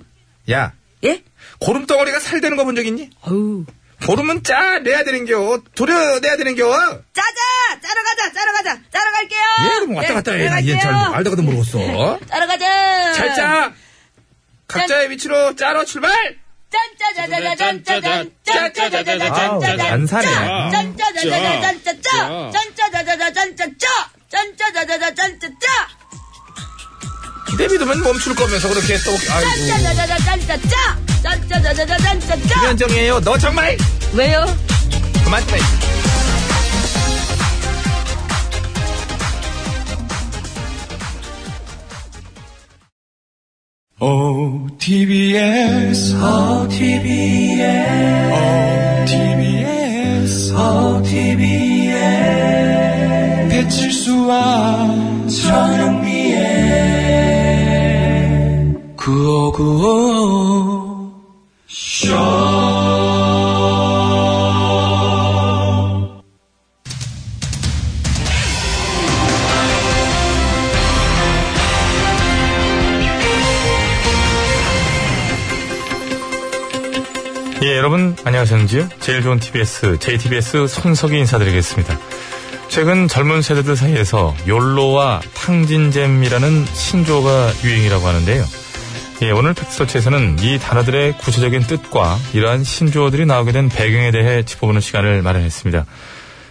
[SPEAKER 6] 야
[SPEAKER 3] 예?
[SPEAKER 6] 고름덩어리가 살되는 거 본 적 있니?
[SPEAKER 3] 어우
[SPEAKER 6] 고름은 짜내야 되는겨 도려내야 되는겨
[SPEAKER 4] 짜자! 짜러 가자! 짜러 가자! 짜러 갈게요!
[SPEAKER 6] 얘 예, 그럼 뭐 왔다 갔다
[SPEAKER 3] 네,
[SPEAKER 6] 해얘잘 알다가도 모르겠어
[SPEAKER 4] 짜러 가자!
[SPEAKER 6] 아. 잘짜 각자의 위치로 짜러 출발
[SPEAKER 4] 짠짜자자자잔짜잔! 짠짜자자자잔짜잔!
[SPEAKER 6] 아우, 잔산해.
[SPEAKER 4] 짠짜자자자잔짜짜! 짠짜자자자잔짜짜! 짠짜자자자잔짜짜!
[SPEAKER 6] 내비두면 멈출 거면서 그렇게 또 아이고
[SPEAKER 4] 짠짜자자자잔짜짜! 짠짜자자자잔짜짜!
[SPEAKER 6] 김현정이에요 너 정말
[SPEAKER 3] 왜요?
[SPEAKER 6] 그만 좀 해.
[SPEAKER 7] OTBS,
[SPEAKER 4] 어,
[SPEAKER 7] OTBS, OTBS,
[SPEAKER 4] 어,
[SPEAKER 7] OTBS, 배칠수와 저녁미의 9595
[SPEAKER 2] 예, 여러분 안녕하셨는지요? 제일 좋은 TBS, JTBS 손석희 인사드리겠습니다. 최근 젊은 세대들 사이에서 욜로와 탕진잼이라는 신조어가 유행이라고 하는데요. 예, 오늘 팩스터치에서는 이 단어들의 구체적인 뜻과 이러한 신조어들이 나오게 된 배경에 대해 짚어보는 시간을 마련했습니다.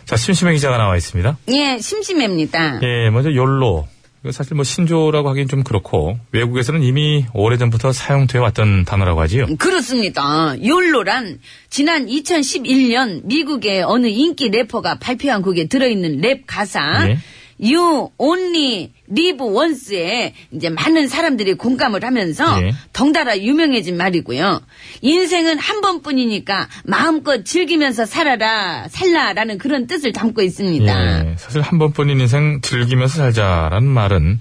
[SPEAKER 2] 자, 심심해 기자가 나와 있습니다.
[SPEAKER 4] 예, 심심해입니다.
[SPEAKER 2] 예, 먼저 욜로. 이거 사실 뭐 신조라고 하긴 좀 그렇고 외국에서는 이미 오래전부터 사용되어 왔던 단어라고 하지요.
[SPEAKER 4] 그렇습니다. 욜로란 지난 2011년 미국의 어느 인기 래퍼가 발표한 곡에 들어있는 랩 가사
[SPEAKER 2] 예.
[SPEAKER 3] You Only Live Once에 이제 많은 사람들이 공감을 하면서
[SPEAKER 2] 예.
[SPEAKER 3] 덩달아 유명해진 말이고요. 인생은 한 번뿐이니까 마음껏 즐기면서 살아라, 살라라는 그런 뜻을 담고 있습니다.
[SPEAKER 2] 예, 사실 한 번뿐인 인생 즐기면서 살자라는 말은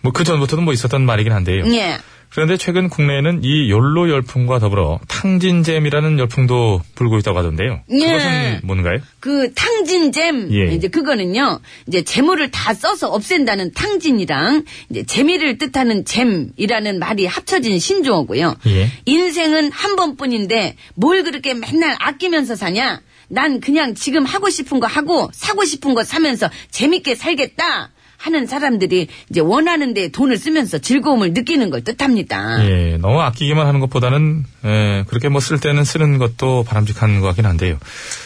[SPEAKER 2] 뭐 그 전부터도 뭐 있었던 말이긴 한데요.
[SPEAKER 3] 예.
[SPEAKER 2] 그런데 최근 국내에는 이 욜로 열풍과 더불어 탕진잼이라는 열풍도 불고 있다고 하던데요.
[SPEAKER 3] 예.
[SPEAKER 2] 그것은 뭔가요?
[SPEAKER 3] 그 탕진잼
[SPEAKER 2] 예.
[SPEAKER 3] 이제 그거는요 이제 재물을 다 써서 없앤다는 탕진이랑 이제 재미를 뜻하는 잼이라는 말이 합쳐진 신조어고요.
[SPEAKER 2] 예.
[SPEAKER 3] 인생은 한 번뿐인데 뭘 그렇게 맨날 아끼면서 사냐? 난 그냥 지금 하고 싶은 거 하고 사고 싶은 거 사면서 재밌게 살겠다 하는 사람들이 이제 원하는 데 돈을 쓰면서 즐거움을 느끼는 걸 뜻합니다.
[SPEAKER 2] 예, 너무 아끼기만 하는 것보다는 예, 그렇게 뭐 쓸 때는 쓰는 것도 바람직한 것 같긴 한데요.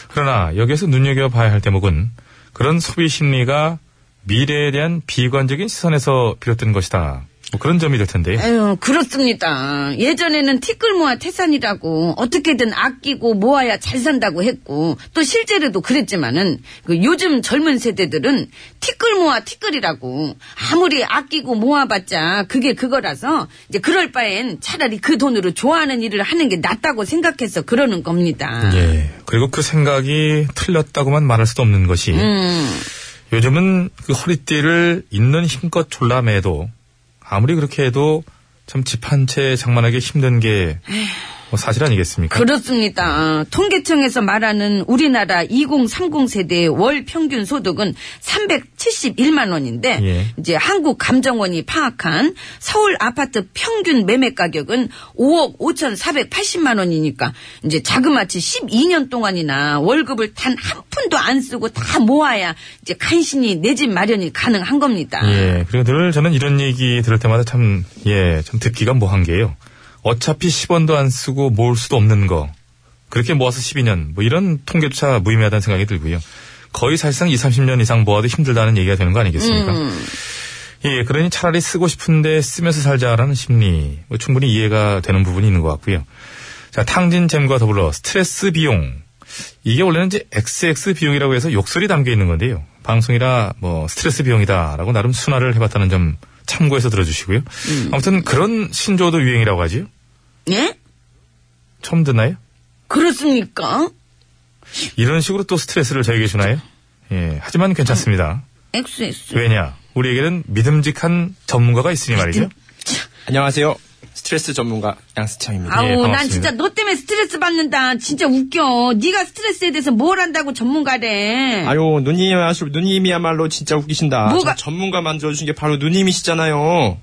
[SPEAKER 2] 그러나 여기에서 눈여겨봐야 할 대목은 그런 소비 심리가 미래에 대한 비관적인 시선에서 비롯된 것이다. 뭐 그런 점이 될 텐데요.
[SPEAKER 3] 에휴, 그렇습니다. 예전에는 티끌 모아 태산이라고 어떻게든 아끼고 모아야 잘 산다고 했고 또 실제로도 그랬지만은 그 요즘 젊은 세대들은 티끌 모아 티끌이라고 아무리 아끼고 모아봤자 그게 그거라서 이제 그럴 바엔 차라리 그 돈으로 좋아하는 일을 하는 게 낫다고 생각해서 그러는 겁니다.
[SPEAKER 2] 예. 그리고 그 생각이 틀렸다고만 말할 수도 없는 것이
[SPEAKER 3] 음,
[SPEAKER 2] 요즘은 그 허리띠를 있는 힘껏 졸라매도 아무리 그렇게 해도 참 집 한 채 장만하기 힘든 게뭐 사실 아니겠습니까?
[SPEAKER 3] 그렇습니다. 통계청에서 말하는 우리나라 2030 세대의 월 평균 소득은 371만 원인데
[SPEAKER 2] 예.
[SPEAKER 3] 이제 한국 감정원이 파악한 서울 아파트 평균 매매 가격은 5억 5,480만 원이니까 이제 자그마치 12년 동안이나 월급을 단 한 푼도 안 쓰고 다 모아야 이제 간신히 내 집 마련이 가능한 겁니다.
[SPEAKER 2] 예, 그리고 늘 저는 이런 얘기 들을 때마다 참, 예, 참 듣기가 뭐한 게요. 어차피 10원도 안 쓰고 모을 수도 없는 거. 그렇게 모아서 12년, 뭐 이런 통계조차 무의미하다는 생각이 들고요. 거의 사실상 20, 30년 이상 모아도 힘들다는 얘기가 되는 거 아니겠습니까?
[SPEAKER 3] 음.
[SPEAKER 2] 예, 그러니 차라리 쓰고 싶은데 쓰면서 살자라는 심리, 뭐 충분히 이해가 되는 부분이 있는 것 같고요. 자, 탕진잼과 더불어 스트레스 비용. 이게 원래는 이제 XX 비용이라고 해서 욕설이 담겨 있는 건데요. 방송이라 뭐 스트레스 비용이다라고 나름 순화를 해봤다는 점 참고해서 들어주시고요. 아무튼 그런 신조어도 유행이라고 하지요.
[SPEAKER 3] 예?
[SPEAKER 2] 처음 듣나요?
[SPEAKER 3] 그렇습니까?
[SPEAKER 2] 이런 식으로 또 스트레스를 저에게 주나요? 예, 하지만 괜찮습니다.
[SPEAKER 3] XX.
[SPEAKER 2] 왜냐? 우리에게는 믿음직한 전문가가 있으니 말이죠.
[SPEAKER 6] 안녕하세요. 스트레스 전문가 양수창입니다.
[SPEAKER 3] 아우
[SPEAKER 2] 예,
[SPEAKER 3] 난
[SPEAKER 2] 반갑습니다.
[SPEAKER 3] 진짜 너 때문에 스트레스 받는다 진짜 웃겨 네가 스트레스에 대해서 뭘 안다고 전문가래
[SPEAKER 6] 아유, 누님, 아주 누님이야말로 진짜 웃기신다.
[SPEAKER 3] 뭐가-
[SPEAKER 6] 저 전문가 만들어주신 게 바로 누님이시잖아요.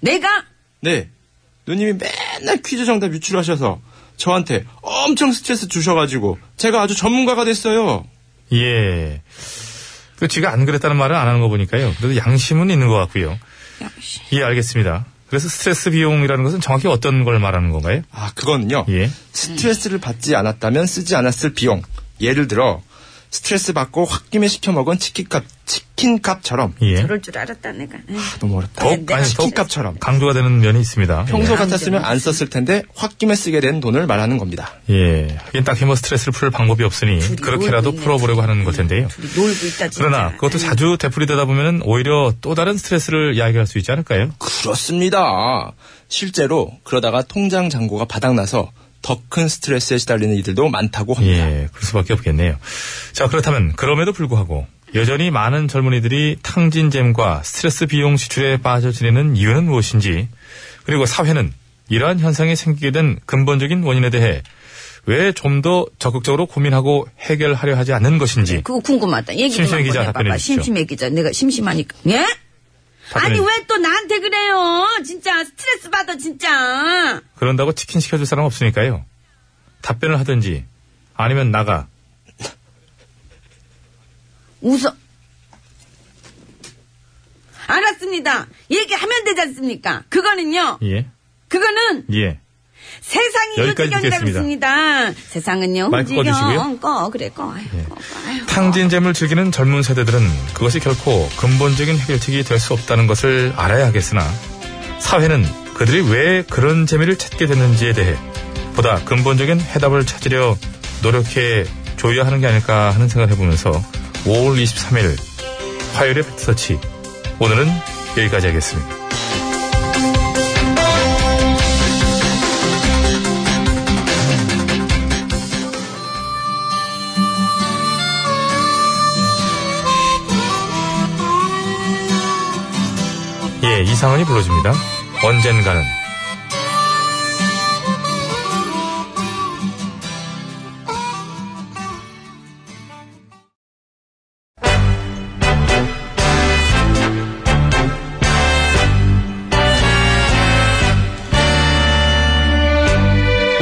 [SPEAKER 3] 내가
[SPEAKER 6] 네. 누님이 맨날 퀴즈 정답 유출하셔서 저한테 엄청 스트레스 주셔가지고 제가 아주 전문가가 됐어요.
[SPEAKER 2] 예. 그 지가 안 그랬다는 말을 안 하는 거 보니까요. 그래도 양심은 있는 것 같고요. 예, 알겠습니다. 그래서 스트레스 비용이라는 것은 정확히 어떤 걸 말하는 건가요?
[SPEAKER 6] 아, 그거는요.
[SPEAKER 2] 예.
[SPEAKER 6] 스트레스를 받지 않았다면 쓰지 않았을 비용. 예를 들어, 스트레스 받고 홧김에 시켜 먹은 치킨값, 치킨값처럼.
[SPEAKER 2] 예.
[SPEAKER 3] 그럴 줄 알았다 내가 에휴.
[SPEAKER 6] 너무 어렵다.
[SPEAKER 2] 더욱 아니, 더욱
[SPEAKER 6] 치킨값처럼.
[SPEAKER 2] 강조가 예. 되는 면이 있습니다.
[SPEAKER 6] 네, 평소 같았으면 안 썼을 텐데 홧김에 쓰게 된 돈을 말하는 겁니다.
[SPEAKER 2] 예. 하긴 딱히 뭐 스트레스를 풀 방법이 없으니 그렇게라도 풀어보려고 하는 걸 텐데요.
[SPEAKER 3] 놀고 있다 진짜
[SPEAKER 2] 그러나 그것도 자주 되풀이되다 보면 오히려 또 다른 스트레스를 야기할 수 있지 않을까요?
[SPEAKER 6] 그렇습니다. 실제로 그러다가 통장 잔고가 바닥나서 더 큰 스트레스에 시달리는 이들도 많다고 합니다.
[SPEAKER 2] 예, 그럴 수밖에 없겠네요. 자, 그렇다면 그럼에도 불구하고 여전히 많은 젊은이들이 탕진잼과 스트레스 비용 지출에 빠져 지내는 이유는 무엇인지 그리고 사회는 이러한 현상이 생기게 된 근본적인 원인에 대해 왜 좀 더 적극적으로 고민하고 해결하려 하지 않는 것인지
[SPEAKER 3] 그거 궁금하다 얘기 좀
[SPEAKER 2] 심심해
[SPEAKER 3] 한번
[SPEAKER 2] 기자
[SPEAKER 3] 해봐봐
[SPEAKER 2] 답변해 주시죠.
[SPEAKER 3] 심심해 기자 내가 심심하니까 예?
[SPEAKER 2] 답변해
[SPEAKER 3] 아니
[SPEAKER 2] 주-
[SPEAKER 3] 왜 또 나한테 그래요 진짜 스트레스 받아 진짜
[SPEAKER 2] 그런다고 치킨 시켜줄 사람 없으니까요. 답변을 하든지 아니면 나가
[SPEAKER 3] 웃어 알았습니다 얘기하면 되지 않습니까 그거는요
[SPEAKER 2] 예
[SPEAKER 3] 그거는
[SPEAKER 2] 예.
[SPEAKER 3] 세상이
[SPEAKER 2] 여기까지
[SPEAKER 3] 후지경이라고
[SPEAKER 2] 듣겠습니다.
[SPEAKER 3] 있습니다. 세상은요
[SPEAKER 2] 마이크
[SPEAKER 3] 후지경
[SPEAKER 2] 꺼주시고요. 네.
[SPEAKER 3] 꺼 그래 꺼. 아유, 꺼. 아유,
[SPEAKER 2] 탕진잼을 즐기는 젊은 세대들은 그것이 결코 근본적인 해결책이 될 수 없다는 것을 알아야 하겠으나 사회는 그들이 왜 그런 재미를 찾게 됐는지에 대해 보다 근본적인 해답을 찾으려 노력해 줘야 하는 게 아닐까 하는 생각을 해보면서 5월 23일 화요일의 팩트서치. 오늘은 여기까지 하겠습니다. 예, 이상은이 불러줍니다. 언젠가는.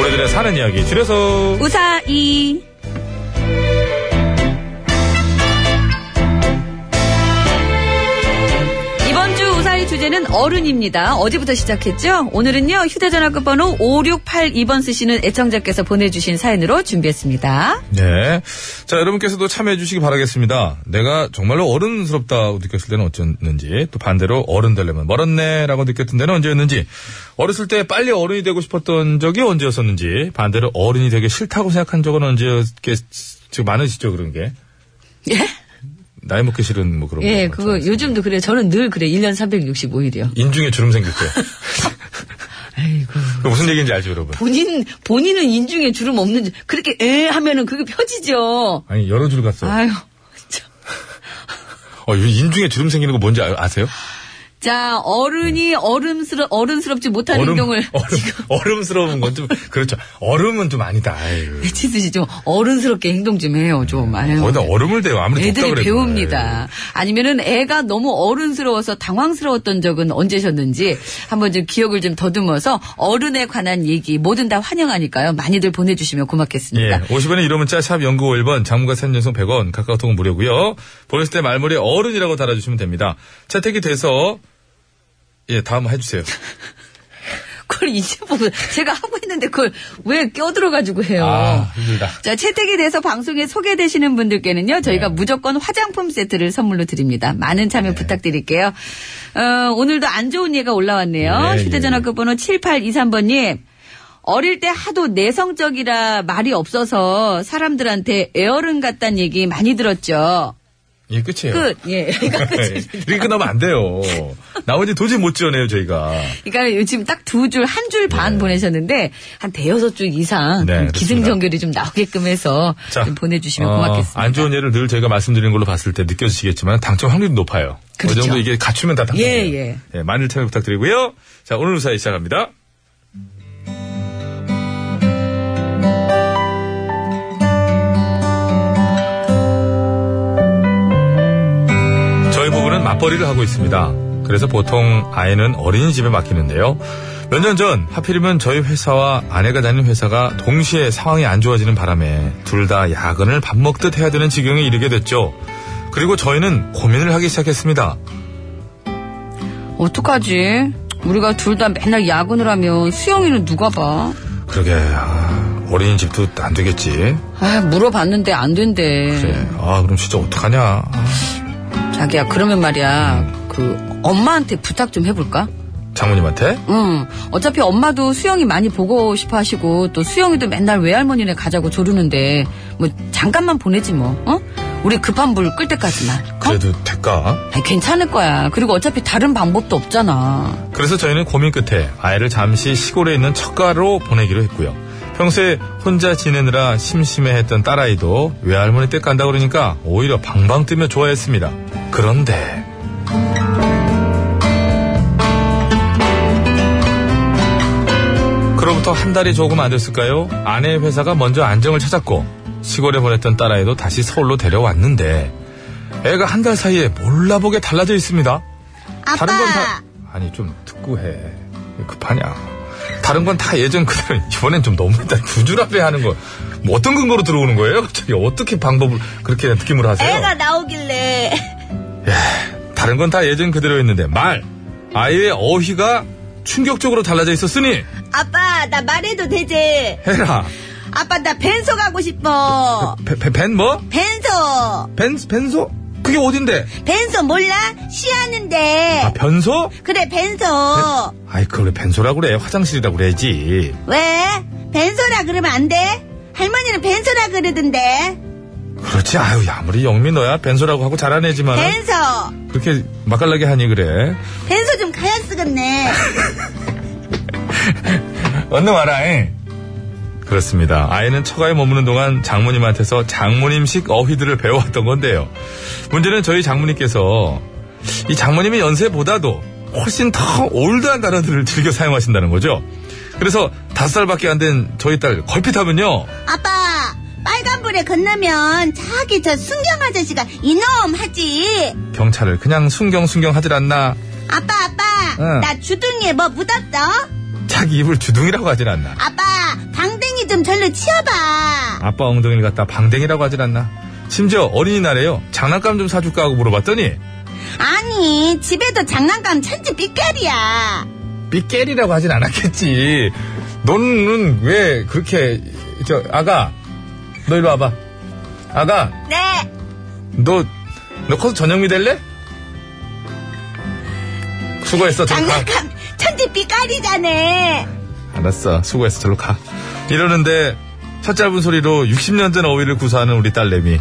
[SPEAKER 2] 우리들의 사는 이야기 줄여서
[SPEAKER 11] 우사이. 이번 주 우사의 주제는 어른입니다. 어제부터 시작했죠? 오늘은요, 휴대전화 끝번호 5682번 쓰시는 애청자께서 보내주신 사연으로 준비했습니다.
[SPEAKER 2] 네. 자, 여러분께서도 참여해 주시기 바라겠습니다. 내가 정말로 어른스럽다고 느꼈을 때는 어쨌는지, 또 반대로 어른 되려면 멀었네라고 느꼈던 때는 언제였는지, 어렸을 때 빨리 어른이 되고 싶었던 적이 언제였었는지, 반대로 어른이 되기 싫다고 생각한 적은 언제였겠, 지금 많으시죠, 그런 게.
[SPEAKER 3] 예?
[SPEAKER 2] 나이 먹기 싫은 뭐 그런 거.
[SPEAKER 3] 예, 그거
[SPEAKER 2] 많잖아요.
[SPEAKER 3] 요즘도 그래요. 저는 늘 그래. 1년 365일이요.
[SPEAKER 2] 인중에 주름 생길 때.
[SPEAKER 3] 아이고.
[SPEAKER 2] 그거 무슨 얘기인지 알죠, 여러분?
[SPEAKER 3] 본인, 본인은 인중에 주름 없는지, 그렇게 에 하면은 그게 펴지죠.
[SPEAKER 2] 아니, 여러 줄 갔어요.
[SPEAKER 3] 아유. 참.
[SPEAKER 2] 어, 인중에 주름 생기는 거 뭔지 아, 세요
[SPEAKER 3] 자, 어른이 어른스러, 어른스럽지 못한 행동을.
[SPEAKER 2] 얼음, 얼음스러운 건 좀, 그렇죠. 얼음은 좀 아니다. 아유.
[SPEAKER 3] 치듯이 좀 어른스럽게 행동 좀 해요, 좀. 아유.
[SPEAKER 2] 거기다 얼음을 대요. 아무리 덥다
[SPEAKER 3] 애들이
[SPEAKER 2] 그래도.
[SPEAKER 3] 배웁니다. 아니면은 애가 너무 어른스러워서 당황스러웠던 적은 언제셨는지 한번 좀 기억을 좀 더듬어서 어른에 관한 얘기 뭐든 다 환영하니까요. 많이들 보내주시면
[SPEAKER 2] 예,
[SPEAKER 3] 고맙겠습니다.
[SPEAKER 2] 50원의 이름 문자 샵 연구 1번 장문과 산 연속 100원 카카오톡은 무료고요. 보냈을 때 말머리에 어른이라고 달아주시면 됩니다. 채택이 돼서 예 다음 해주세요.
[SPEAKER 3] 그걸 이제 보고 제가 하고 있는데 그걸 왜 껴들어가지고 해요.
[SPEAKER 2] 아 힘들다.
[SPEAKER 3] 자, 채택이 돼서 방송에 소개되시는 분들께는요,
[SPEAKER 2] 네.
[SPEAKER 3] 저희가 무조건 화장품 세트를 선물로 드립니다. 많은 참여 부탁드릴게요. 어, 오늘도 안 좋은 예가 올라왔네요.
[SPEAKER 2] 예,
[SPEAKER 3] 휴대전화
[SPEAKER 2] 예.
[SPEAKER 3] 끝번호 7823번님. 어릴 때 하도 내성적이라 말이 없어서 사람들한테 애어른 같단 얘기 많이 들었죠.
[SPEAKER 2] 예 끝이에요.
[SPEAKER 3] 끝. 예. 그러니까
[SPEAKER 2] 예, 이렇게 끝나면 안 돼요. 나머지 도저히 못 지어내요 저희가.
[SPEAKER 3] 그러니까 지금 딱 두 줄, 한 줄 반 보내셨는데 한 대여섯 줄 이상
[SPEAKER 2] 네, 그렇습니다.
[SPEAKER 3] 기승전결이 좀 나오게끔 해서
[SPEAKER 2] 자,
[SPEAKER 3] 좀 보내주시면
[SPEAKER 2] 어,
[SPEAKER 3] 고맙겠습니다.
[SPEAKER 2] 안 좋은 예를 늘 저희가 말씀드리는 걸로 봤을 때 느껴지시겠지만 당첨 확률이 높아요.
[SPEAKER 3] 그렇죠.
[SPEAKER 2] 그 정도 이게 갖추면 다 당첨이에요.
[SPEAKER 3] 예, 예.
[SPEAKER 2] 많은 참여 부탁드리고요. 자 오늘 우사히 시작합니다. 저희 부부는 맞벌이를 하고 있습니다. 그래서 보통 아이는 어린이집에 맡기는데요. 몇 년 전 하필이면 저희 회사와 아내가 다니는 회사가 동시에 상황이 안 좋아지는 바람에 둘 다 야근을 밥 먹듯 해야 되는 지경에 이르게 됐죠. 그리고 저희는 고민을 하기 시작했습니다.
[SPEAKER 3] 어떡하지? 우리가 둘 다 맨날 야근을 하면 수영이는 누가 봐?
[SPEAKER 2] 그러게 아, 어린이집도 안 되겠지.
[SPEAKER 3] 아, 물어봤는데 안 된대.
[SPEAKER 2] 그래. 아 그럼 진짜 어떡하냐. 아,
[SPEAKER 3] 자기야, 그러면 말이야. 그 엄마한테 부탁 좀 해볼까?
[SPEAKER 2] 장모님한테?
[SPEAKER 3] 응. 어차피 엄마도 수영이 많이 보고 싶어 하시고 또 수영이도 맨날 외할머니네 가자고 조르는데 뭐 잠깐만 보내지 뭐. 어? 우리 급한 불 끌 때까지만. 어?
[SPEAKER 2] 그래도 될까?
[SPEAKER 3] 아니, 괜찮을 거야. 그리고 어차피 다른 방법도 없잖아.
[SPEAKER 2] 그래서 저희는 고민 끝에 아이를 잠시 시골에 있는 척가로 보내기로 했고요. 평소에 혼자 지내느라 심심해했던 딸아이도 외할머니 댁 간다 그러니까 오히려 방방 뜨며 좋아했습니다. 그런데 그로부터 한 달이 조금 안 됐을까요? 아내의 회사가 먼저 안정을 찾았고 시골에 보냈던 딸아이도 다시 서울로 데려왔는데 애가 한 달 사이에 몰라보게 달라져 있습니다. 다른 건 다. 아니, 좀 듣고 해. 왜 급하냐. 다른 건 다 예전 그대로, 이번엔 좀 너무했다. 두 줄 앞에 하는 거. 뭐 어떤 근거로 들어오는 거예요? 갑자기 어떻게 방법을, 그렇게 느낌을 하세요?
[SPEAKER 11] 애가 나오길래.
[SPEAKER 2] 다른 건 다 예전 그대로였는데, 말! 아이의 어휘가 충격적으로 달라져 있었으니,
[SPEAKER 11] 아빠, 나 말해도 되지?
[SPEAKER 2] 해라.
[SPEAKER 11] 아빠, 나 벤소 가고 싶어.
[SPEAKER 2] 벤, 벤- 벤 뭐?
[SPEAKER 11] 벤소.
[SPEAKER 2] 벤, 벤소? 그게 어딘데?
[SPEAKER 11] 벤소 몰라? 시하는데.
[SPEAKER 3] 네.
[SPEAKER 2] 아, 변소?
[SPEAKER 11] 그래, 벤소.
[SPEAKER 2] 아이, 그걸 왜 벤소라고 그래? 화장실이라고 그래야지.
[SPEAKER 11] 왜? 벤소라 그러면 안 돼? 할머니는 벤소라 그러던데.
[SPEAKER 2] 그렇지 아유 아무리 영미 너야 벤서라고 하고 잘하네지만
[SPEAKER 11] 댄서
[SPEAKER 2] 그렇게 맛깔나게 하니 그래
[SPEAKER 11] 댄서 좀 가야 쓰겠네
[SPEAKER 2] 언능 와라 잉. 그렇습니다. 아이는 처가에 머무는 동안 장모님한테서 장모님식 어휘들을 배워왔던 건데요. 문제는 저희 장모님께서 이 장모님의 연세보다도 훨씬 더 올드한 단어들을 즐겨 사용하신다는 거죠. 그래서 다섯 살밖에 안 된 저희 딸 걸핏하면요.
[SPEAKER 11] 아빠 빨간불에 건너면 저기 저 순경 아저씨가 이놈 하지
[SPEAKER 2] 경찰을 그냥 순경순경 하질 않나.
[SPEAKER 11] 아빠 아빠
[SPEAKER 2] 응.
[SPEAKER 11] 나 주둥이에 뭐 묻었어?
[SPEAKER 2] 자기 입을 주둥이라고 하질 않나.
[SPEAKER 11] 아빠 방댕이 좀 절로 치워봐
[SPEAKER 2] 아빠 엉덩이를 갖다 방댕이라고 하질 않나. 심지어 어린이날에요. 장난감 좀 사줄까 하고 물어봤더니
[SPEAKER 11] 아니 집에도 장난감 천지 삐까리야
[SPEAKER 2] 삐깨리라고 하진 않았겠지. 너는 왜 그렇게 저 아가 너 일로 와봐. 아가
[SPEAKER 11] 네
[SPEAKER 2] 너 너 커서 전영미 될래? 수고했어. 저리 가.
[SPEAKER 11] 장난감 천지 삐까리잖아
[SPEAKER 2] 알았어. 수고했어. 절로 가. 이러는데 첫 짧은 소리로 60년 전 어휘를 구사하는 우리 딸내미.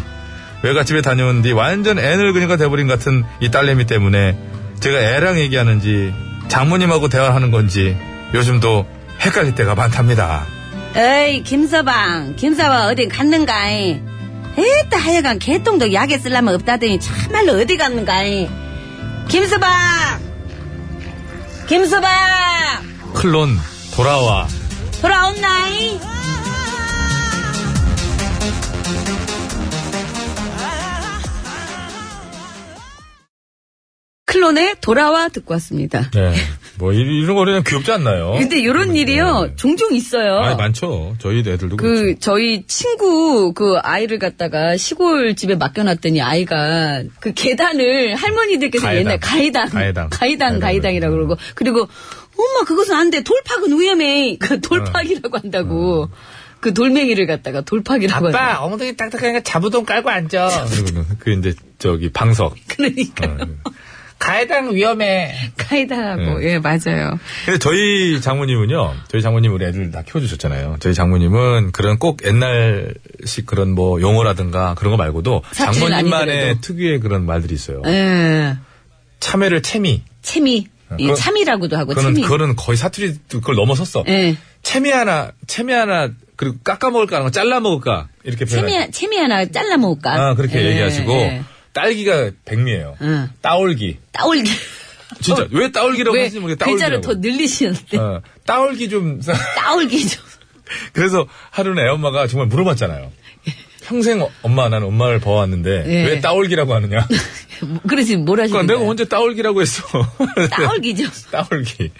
[SPEAKER 2] 외갓집에 다녀온 뒤 완전 애늙은이가 돼버린 같은 이 딸내미 때문에 제가 애랑 얘기하는지 장모님하고 대화하는 건지 요즘도 헷갈릴 때가 많답니다.
[SPEAKER 11] 에이 김서방 김서방 어딘 갔는가이 에따 하여간 개똥도 약에 쓸라면 없다더니 참말로 어디 갔는가이 김서방 김서방
[SPEAKER 2] 클론 돌아와.
[SPEAKER 11] 돌아온나이
[SPEAKER 3] 클론의 돌아와 듣고 왔습니다.
[SPEAKER 2] 네. 뭐 이- 이런 거는 귀엽지 않나요?
[SPEAKER 3] 근데 이런 일이요
[SPEAKER 2] 어? 네.
[SPEAKER 3] 종종 있어요.
[SPEAKER 2] 아니 많죠. 저희 애들도 그렇죠.
[SPEAKER 3] 그 저희 친구 그 아이를 갖다가 시골 집에 맡겨놨더니 아이가 그 계단을 할머니들께서
[SPEAKER 2] 가해당.
[SPEAKER 3] 옛날 가이당
[SPEAKER 2] 가해당. 가해당을.
[SPEAKER 3] 가이당 이라고 그러고 그리고 엄마 그것은 안 돼 돌팍은 위험해
[SPEAKER 2] 어.
[SPEAKER 3] 그 돌팍이라고 한다고 그 돌멩이를 갖다가 돌팍이라고 한다고.
[SPEAKER 6] 아빠 엉덩이 딱딱하니까 자부동 깔고 앉아.
[SPEAKER 2] 그리고는 그 이제 저기 방석.
[SPEAKER 3] 그러니까
[SPEAKER 2] 어,
[SPEAKER 6] 가해당 위험해.
[SPEAKER 3] 가이당하고 예 맞아요
[SPEAKER 2] 근데 저희 장모님은요, 저희 장모님 우리 애들 다 키워주셨잖아요. 저희 장모님은 그런 꼭 옛날식 그런 뭐 용어라든가 그런 거 말고도
[SPEAKER 3] 사투리는
[SPEAKER 2] 장모님만의
[SPEAKER 3] 아니더라도.
[SPEAKER 2] 특유의 그런 말들이 있어요.
[SPEAKER 3] 예
[SPEAKER 2] 참외를 채미.
[SPEAKER 3] 채미 예,
[SPEAKER 2] 아, 그건-
[SPEAKER 3] 참이라고도 하고
[SPEAKER 2] 그거는,
[SPEAKER 3] 뭐 채미
[SPEAKER 2] 그거는 거의 사투리 그걸 넘어섰어.
[SPEAKER 3] 예
[SPEAKER 2] 채미 하나, 채미 하나, 그리고 깎아 먹을까, 하는 거 잘라 먹을까. 이렇게 표현
[SPEAKER 3] 채미 채미 하나 잘라 먹을까
[SPEAKER 2] 아, 그렇게
[SPEAKER 3] 예,
[SPEAKER 2] 얘기하시고.
[SPEAKER 3] 예.
[SPEAKER 2] 딸기가 백미예요.
[SPEAKER 3] 응.
[SPEAKER 2] 따올기.
[SPEAKER 3] 따올기
[SPEAKER 2] 진짜 왜 따올기라고
[SPEAKER 3] 왜
[SPEAKER 2] 하시는지 모르겠어요.
[SPEAKER 3] 글자를 더 늘리시는데
[SPEAKER 2] 어, 따올기 좀 사-
[SPEAKER 3] 따올기 죠
[SPEAKER 2] 그래서 하루는 애 엄마가 정말 물어봤잖아요. 평생 어- 엄마 나는 엄마를 봐왔는데
[SPEAKER 3] 예.
[SPEAKER 2] 왜 따올기라고 하느냐.
[SPEAKER 3] 뭐, 그러지 뭘 하시는
[SPEAKER 2] 그러니까 내가
[SPEAKER 3] 거예요?
[SPEAKER 2] 언제 따올기라고 했어.
[SPEAKER 3] 따올기죠.
[SPEAKER 2] 따올기.
[SPEAKER 3] 그게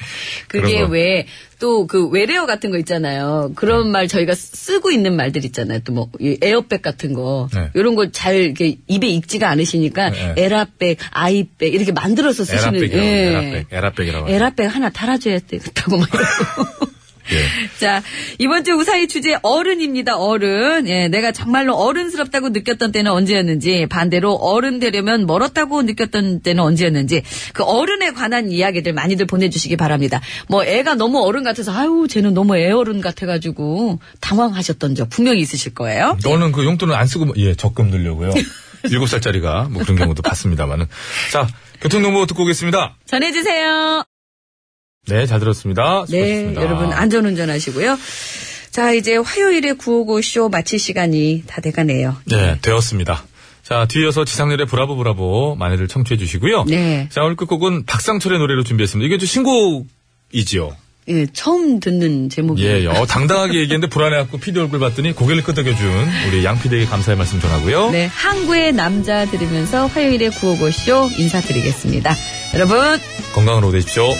[SPEAKER 2] 그런 거.
[SPEAKER 3] 왜 또 그 외래어 같은 거 있잖아요. 그런
[SPEAKER 2] 네.
[SPEAKER 3] 말 저희가 쓰- 쓰고 있는 말들 있잖아요. 또 뭐 에어백 같은 거
[SPEAKER 2] 네.
[SPEAKER 3] 이런 걸 잘 입에 익지가 않으시니까
[SPEAKER 2] 네.
[SPEAKER 3] 에라백, 아이백 이렇게 만들어서 쓰시는
[SPEAKER 2] 에라백이라고.
[SPEAKER 3] 예.
[SPEAKER 2] 에라백. 에라백이라고. 하죠.
[SPEAKER 3] 에라백 하나 달아줘야 되겠다고 막 이러고.
[SPEAKER 2] 예.
[SPEAKER 3] 자, 이번 주 우사의 주제 어른입니다, 어른. 예, 내가 정말로 어른스럽다고 느꼈던 때는 언제였는지, 반대로 어른 되려면 멀었다고 느꼈던 때는 언제였는지, 그 어른에 관한 이야기들 많이들 보내주시기 바랍니다. 뭐, 애가 너무 어른 같아서, 아유, 쟤는 너무 애어른 같아가지고, 당황하셨던 적 분명히 있으실 거예요.
[SPEAKER 2] 너는 그 용돈을 안 쓰고 뭐- 예 적금 들려고요. 7살짜리가 뭐 그런 경우도 봤습니다만은. 자 교통정보 듣고 오겠습니다.
[SPEAKER 3] 전해주세요.
[SPEAKER 2] 네 잘 들었습니다.
[SPEAKER 3] 네,
[SPEAKER 2] 수고하셨습니다.
[SPEAKER 3] 여러분 안전운전 하시고요. 자, 이제 화요일에 955쇼 마칠 시간이 다 돼가네요.
[SPEAKER 2] 네, 되었습니다. 자, 뒤이어서 지상렬의 브라보 브라보 많이들 청취해 주시고요.
[SPEAKER 3] 네.
[SPEAKER 2] 자, 오늘 끝곡은 박상철의 노래로 준비했습니다. 이게 좀 신곡이지요.
[SPEAKER 3] 예, 처음 듣는 제목이에요.
[SPEAKER 2] 예, 어, 당당하게 얘기했는데 불안해갖고 피디 얼굴 봤더니 고개를 끄덕여준 우리 양 피디에게 감사의 말씀 전하고요.
[SPEAKER 3] 네, 항구의 남자 들으면서 화요일에 955쇼 인사드리겠습니다. 여러분,
[SPEAKER 2] 건강으로 되십시오.